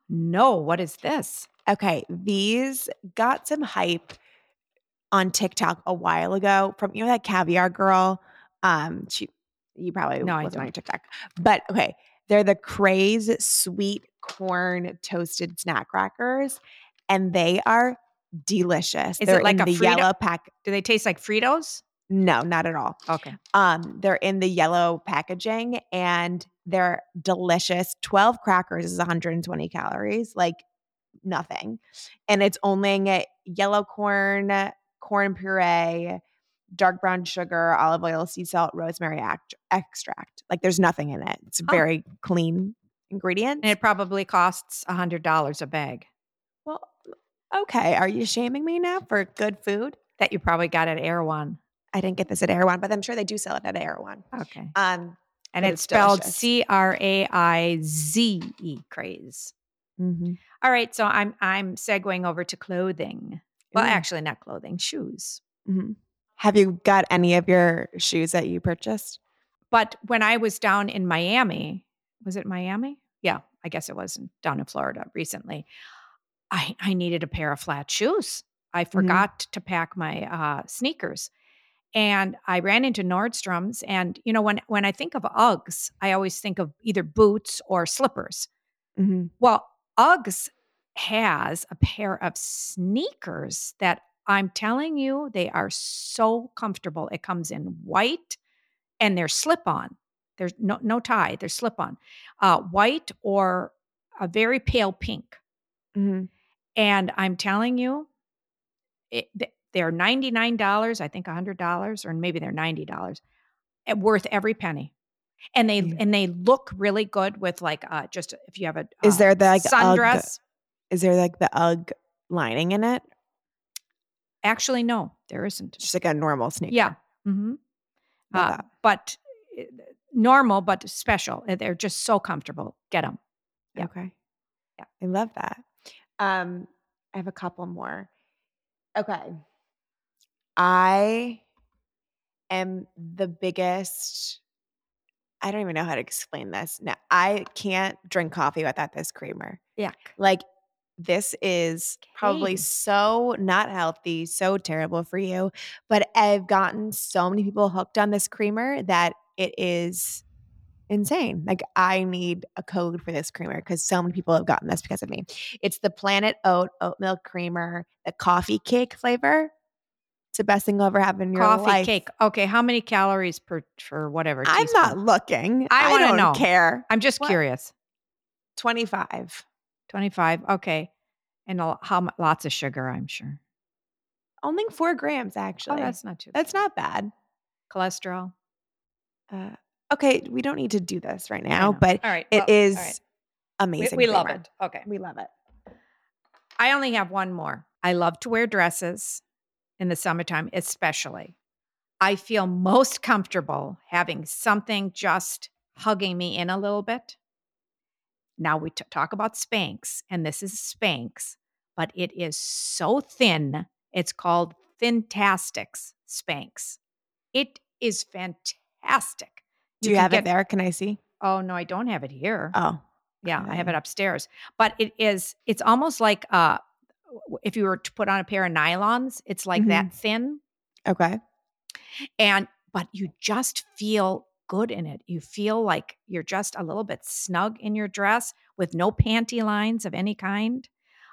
Speaker 1: no, what is this?
Speaker 2: Okay, these got some hype on TikTok a while ago from you know that caviar girl. Um, she you probably
Speaker 1: No, I
Speaker 2: wasn't on
Speaker 1: don't.
Speaker 2: your TikTok, but okay, they're the Craze sweet corn toasted snack crackers, and they are delicious.
Speaker 1: Is
Speaker 2: they're
Speaker 1: it like
Speaker 2: in
Speaker 1: a
Speaker 2: the
Speaker 1: Frito?
Speaker 2: yellow pack.
Speaker 1: Do they taste like Fritos?
Speaker 2: No, not at all.
Speaker 1: Okay.
Speaker 2: Um, they're in the yellow packaging and they're delicious. 12 crackers is 120 calories. Like nothing. And it's only yellow corn, corn puree, dark brown sugar, olive oil, sea salt, rosemary act- extract. Like there's nothing in it. It's
Speaker 1: Oh.
Speaker 2: very clean ingredients.
Speaker 1: And it probably costs a $100 a bag
Speaker 2: well, okay. Are you shaming me now for good food?
Speaker 1: that you probably got at Erewhon.
Speaker 2: I didn't get this at Erewhon, but I'm sure they do sell it at Erewhon.
Speaker 1: Okay.
Speaker 2: Um,
Speaker 1: And it's
Speaker 2: But it's
Speaker 1: spelled
Speaker 2: delicious.
Speaker 1: C R A I Z E craze. All right, so I'm I'm segueing over to clothing. Well,
Speaker 2: Ooh.
Speaker 1: actually not clothing, shoes.
Speaker 2: Mhm. Have you got any of your shoes that you purchased?
Speaker 1: But when I was down in Miami, was it Miami? Yeah, I guess it was down in Florida recently. I, I needed a pair of flat shoes.
Speaker 2: Mm-hmm.
Speaker 1: I forgot to pack my uh, sneakers. And I ran into Nordstrom's. And, you know, when, when I think of Uggs, I always think of either boots or slippers.
Speaker 2: Mm-hmm.
Speaker 1: Well, Uggs has a pair of sneakers that I'm telling you, they are so comfortable. It comes in white and they're slip on. There's no, no tie, they're slip on. Uh, white or a very pale pink.
Speaker 2: Mm-hmm.
Speaker 1: And I'm telling you, it, th- they're $99, I think $100, or maybe they're $90, eh, worth every penny. And they
Speaker 2: Yeah.
Speaker 1: and they look really good with like uh just if you have a
Speaker 2: Is
Speaker 1: uh,
Speaker 2: there the like Ugg,
Speaker 1: sundress.
Speaker 2: Is there like the UGG lining in it?
Speaker 1: Actually, no, there isn't.
Speaker 2: It's just like a normal sneaker.
Speaker 1: Yeah. hmm
Speaker 2: Mm-hmm. Love
Speaker 1: Uh,
Speaker 2: that.
Speaker 1: but uh, normal, but special. Uh, They're just so comfortable. Get them. yeah.
Speaker 2: Okay.
Speaker 1: Yeah.
Speaker 2: I love that. Um, I have a couple more. Okay. I am the biggest. I don't even know how to explain this. Now I can't drink coffee without this creamer.
Speaker 1: Yuck.
Speaker 2: Like this is probably
Speaker 1: Okay.
Speaker 2: so not healthy, so terrible for you, but I've gotten so many people hooked on this creamer that it is insane. Like I need a code for this creamer cuz so many people have gotten this because of me. It's the Planet Oat oat milk creamer, the coffee cake flavor. It's the best thing you'll ever have in your
Speaker 1: Coffee
Speaker 2: life.
Speaker 1: cake. Okay. How many calories per for whatever?
Speaker 2: I'm not
Speaker 1: teaspoon?
Speaker 2: looking.
Speaker 1: I wanna
Speaker 2: don't
Speaker 1: know.
Speaker 2: care.
Speaker 1: I'm just
Speaker 2: What?
Speaker 1: curious.
Speaker 2: 25.
Speaker 1: Twenty-five. Okay. And a, lo- how mu- lots of sugar? I'm sure.
Speaker 2: Only 4 grams actually.
Speaker 1: Oh, that's not too.
Speaker 2: that's not
Speaker 1: bad.
Speaker 2: bad.
Speaker 1: cholesterol.
Speaker 2: uh, okay, we don't need to do this right
Speaker 1: I
Speaker 2: now,
Speaker 1: know.
Speaker 2: but
Speaker 1: all right,
Speaker 2: it
Speaker 1: well, all
Speaker 2: is
Speaker 1: right. We-
Speaker 2: amazing.
Speaker 1: We, love
Speaker 2: creamer.
Speaker 1: it. Okay.
Speaker 2: We love it.
Speaker 1: I only have one more. I love to wear dresses in the summertime, especially. I feel most comfortable having something just hugging me in a little bit. Now we t- talk about Spanx, and this is Spanx, but it is so thin. It's called Thintastics Spanx. It is fantastic.
Speaker 2: Do you,
Speaker 1: can
Speaker 2: have
Speaker 1: get-
Speaker 2: it there? Can I see?
Speaker 1: Oh no, I don't have it here.
Speaker 2: Oh,
Speaker 1: Yeah, I have
Speaker 2: Okay.
Speaker 1: it upstairs. But it is it's almost like uh w- if you were to put on a pair of nylons, it's like
Speaker 2: Mm-hmm.
Speaker 1: that thin
Speaker 2: okay.
Speaker 1: and but you just feel good in it. You feel like you're just a little bit snug in your dress with no panty lines of any kind.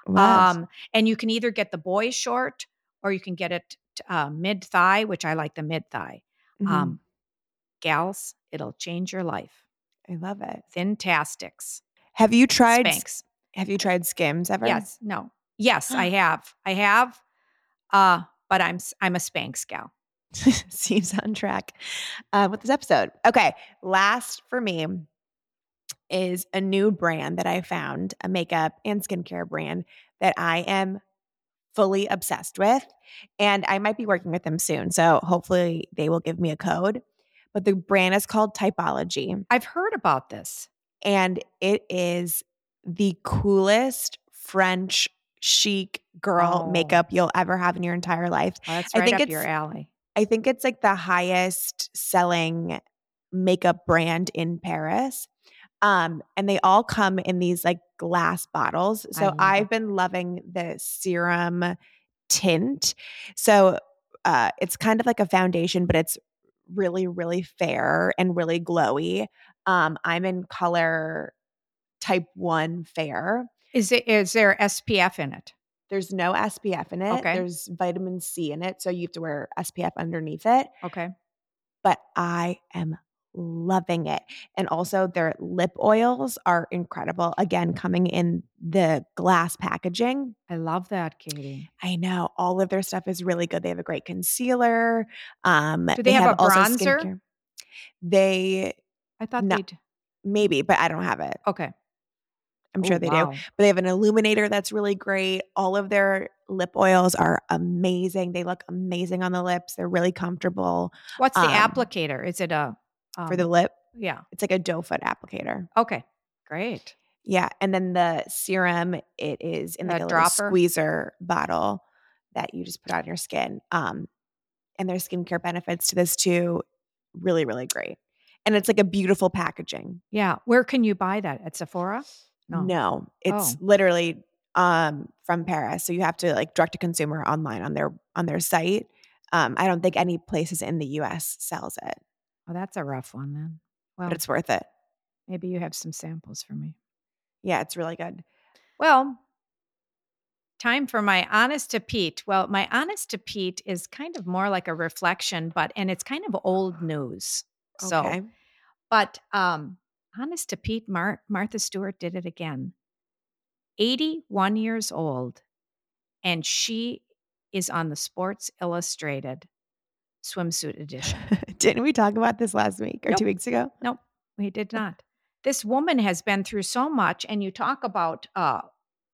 Speaker 2: Wow.
Speaker 1: Um and you can either get the boy short or you can get it uh, mid thigh, which I like the mid thigh.
Speaker 2: Mhm.
Speaker 1: Um gals, it'll change your life.
Speaker 2: I love it.
Speaker 1: Thin tastics.
Speaker 2: Have you tried? s-
Speaker 1: Spanx.
Speaker 2: Have you tried Skims ever?
Speaker 1: Yes. No. Yes, I have. I have. Uh, but I'm s- I'm a Spanx gal.
Speaker 2: Seems on track uh, with this episode. Okay, last for me is a new brand that I found, a makeup and skincare brand that I am fully obsessed with. And I might be working with them soon. So hopefully they will give me a code. But the brand is called Typology,
Speaker 1: I've heard about this.
Speaker 2: and it is the coolest French chic girl
Speaker 1: Oh.
Speaker 2: makeup you'll ever have in your entire life.
Speaker 1: Oh, that's
Speaker 2: I
Speaker 1: right
Speaker 2: think
Speaker 1: up your
Speaker 2: it's-
Speaker 1: alley.
Speaker 2: I think it's like the highest selling makeup brand in Paris. Um, and they all come in these like glass bottles. So
Speaker 1: love it.
Speaker 2: I've been loving the serum tint. So uh, it's kind of like a foundation, but it's really, really fair and really glowy. Um, I'm in color type one fair.
Speaker 1: Is it is there SPF in it?
Speaker 2: There's no SPF in it.
Speaker 1: Okay.
Speaker 2: There's vitamin C in it. So you have to wear SPF underneath it
Speaker 1: Okay.
Speaker 2: but I am loving it. And also their lip oils are incredible. Again, coming in the glass packaging.
Speaker 1: I love that, Katie.
Speaker 2: I know all of their stuff is really good. They have a great concealer. Um,
Speaker 1: Do they have a bronzer?
Speaker 2: skincare. They
Speaker 1: I thought
Speaker 2: No.
Speaker 1: they'd.
Speaker 2: maybe, but I don't have it.
Speaker 1: Okay. Oh,
Speaker 2: I'm sure they do.
Speaker 1: do.
Speaker 2: but they have an illuminator that's really great. All of their lip oils are amazing. They look amazing on the lips. They're really comfortable
Speaker 1: What's the
Speaker 2: Um,
Speaker 1: applicator? Is it a.
Speaker 2: for the
Speaker 1: um,
Speaker 2: lip.
Speaker 1: Yeah.
Speaker 2: It's like a doe foot applicator.
Speaker 1: Okay. Great.
Speaker 2: Yeah, and then the serum it is in
Speaker 1: The
Speaker 2: like a little
Speaker 1: dropper?
Speaker 2: squeezer bottle that you just put on your skin. Um, and there's skincare benefits to this too. Really, really great. And it's like a beautiful packaging.
Speaker 1: Yeah. Where can you buy that? At Sephora? No.
Speaker 2: No,
Speaker 1: Oh.
Speaker 2: it's literally um from Paris, so you have to like direct to consumer online on their on their site. Um, I don't think any places in the U.S. sells it,
Speaker 1: Oh, that's a rough one then. Well,
Speaker 2: but it's worth it.
Speaker 1: maybe you have some samples for me.
Speaker 2: Yeah, it's really good.
Speaker 1: Well, time for my honest to Pete. Well, my honest to Pete is kind of more like a reflection, but and it's kind of old news. So,
Speaker 2: Okay.
Speaker 1: but um, honest to Pete, Mar- Martha Stewart did it again. 81 years old, and she is on the Sports Illustrated swimsuit edition.
Speaker 2: Didn't we talk about this last week or
Speaker 1: Nope.
Speaker 2: two weeks ago?
Speaker 1: We did not. This woman has been through so much, and you talk about uh,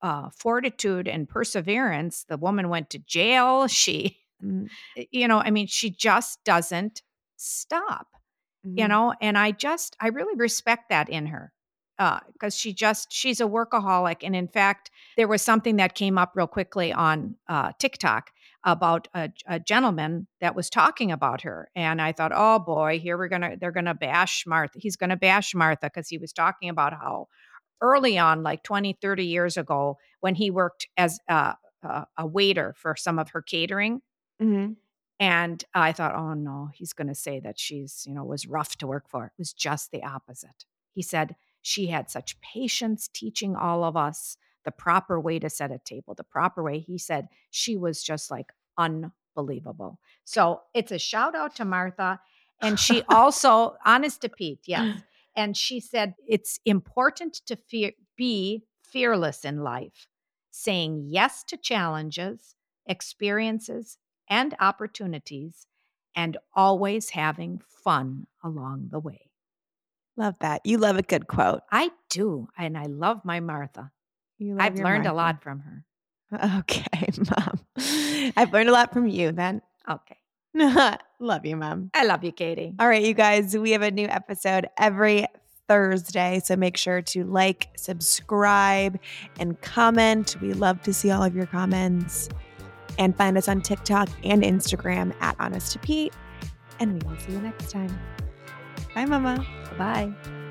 Speaker 1: uh, fortitude and perseverance. The woman went to jail. She,
Speaker 2: Mm,
Speaker 1: you know, I mean, she just doesn't stop, you
Speaker 2: mhm.
Speaker 1: know, and I just, I really respect that in her because she just, she's a workaholic. And in fact, there was something that came up real quickly on uh, TikTok about a, a gentleman that was talking about her and i thought oh boy here we're gonna they're gonna bash martha he's gonna bash martha because he was talking about how early on like 20 30 years ago when he worked as a, a, a waiter for some of her catering
Speaker 2: hmm
Speaker 1: and i thought oh no he's gonna say that she's you know was rough to work for it was just the opposite he said she had such patience teaching all of us the proper way to set a table the proper way he said she was just like unbelievable so it's a shout out to martha and she also honest to pete yes and she said it's important to fear, be fearless in life saying yes to challenges experiences and opportunities and always having fun along the way
Speaker 2: Love that. You love a good quote.
Speaker 1: i do and i love my martha
Speaker 2: You love
Speaker 1: i've
Speaker 2: your
Speaker 1: learned a
Speaker 2: Martha.
Speaker 1: lot from her
Speaker 2: Okay, mom. I've learned a lot from you then.
Speaker 1: okay
Speaker 2: love you, mom.
Speaker 1: i love you katie
Speaker 2: All right, you guys, we have a new episode every Thursday. So make sure to like, subscribe, and comment. We love to see all of your comments. And find us on TikTok and Instagram at Honest to Pete. And we will see you next time. Bye, Mama.
Speaker 1: bye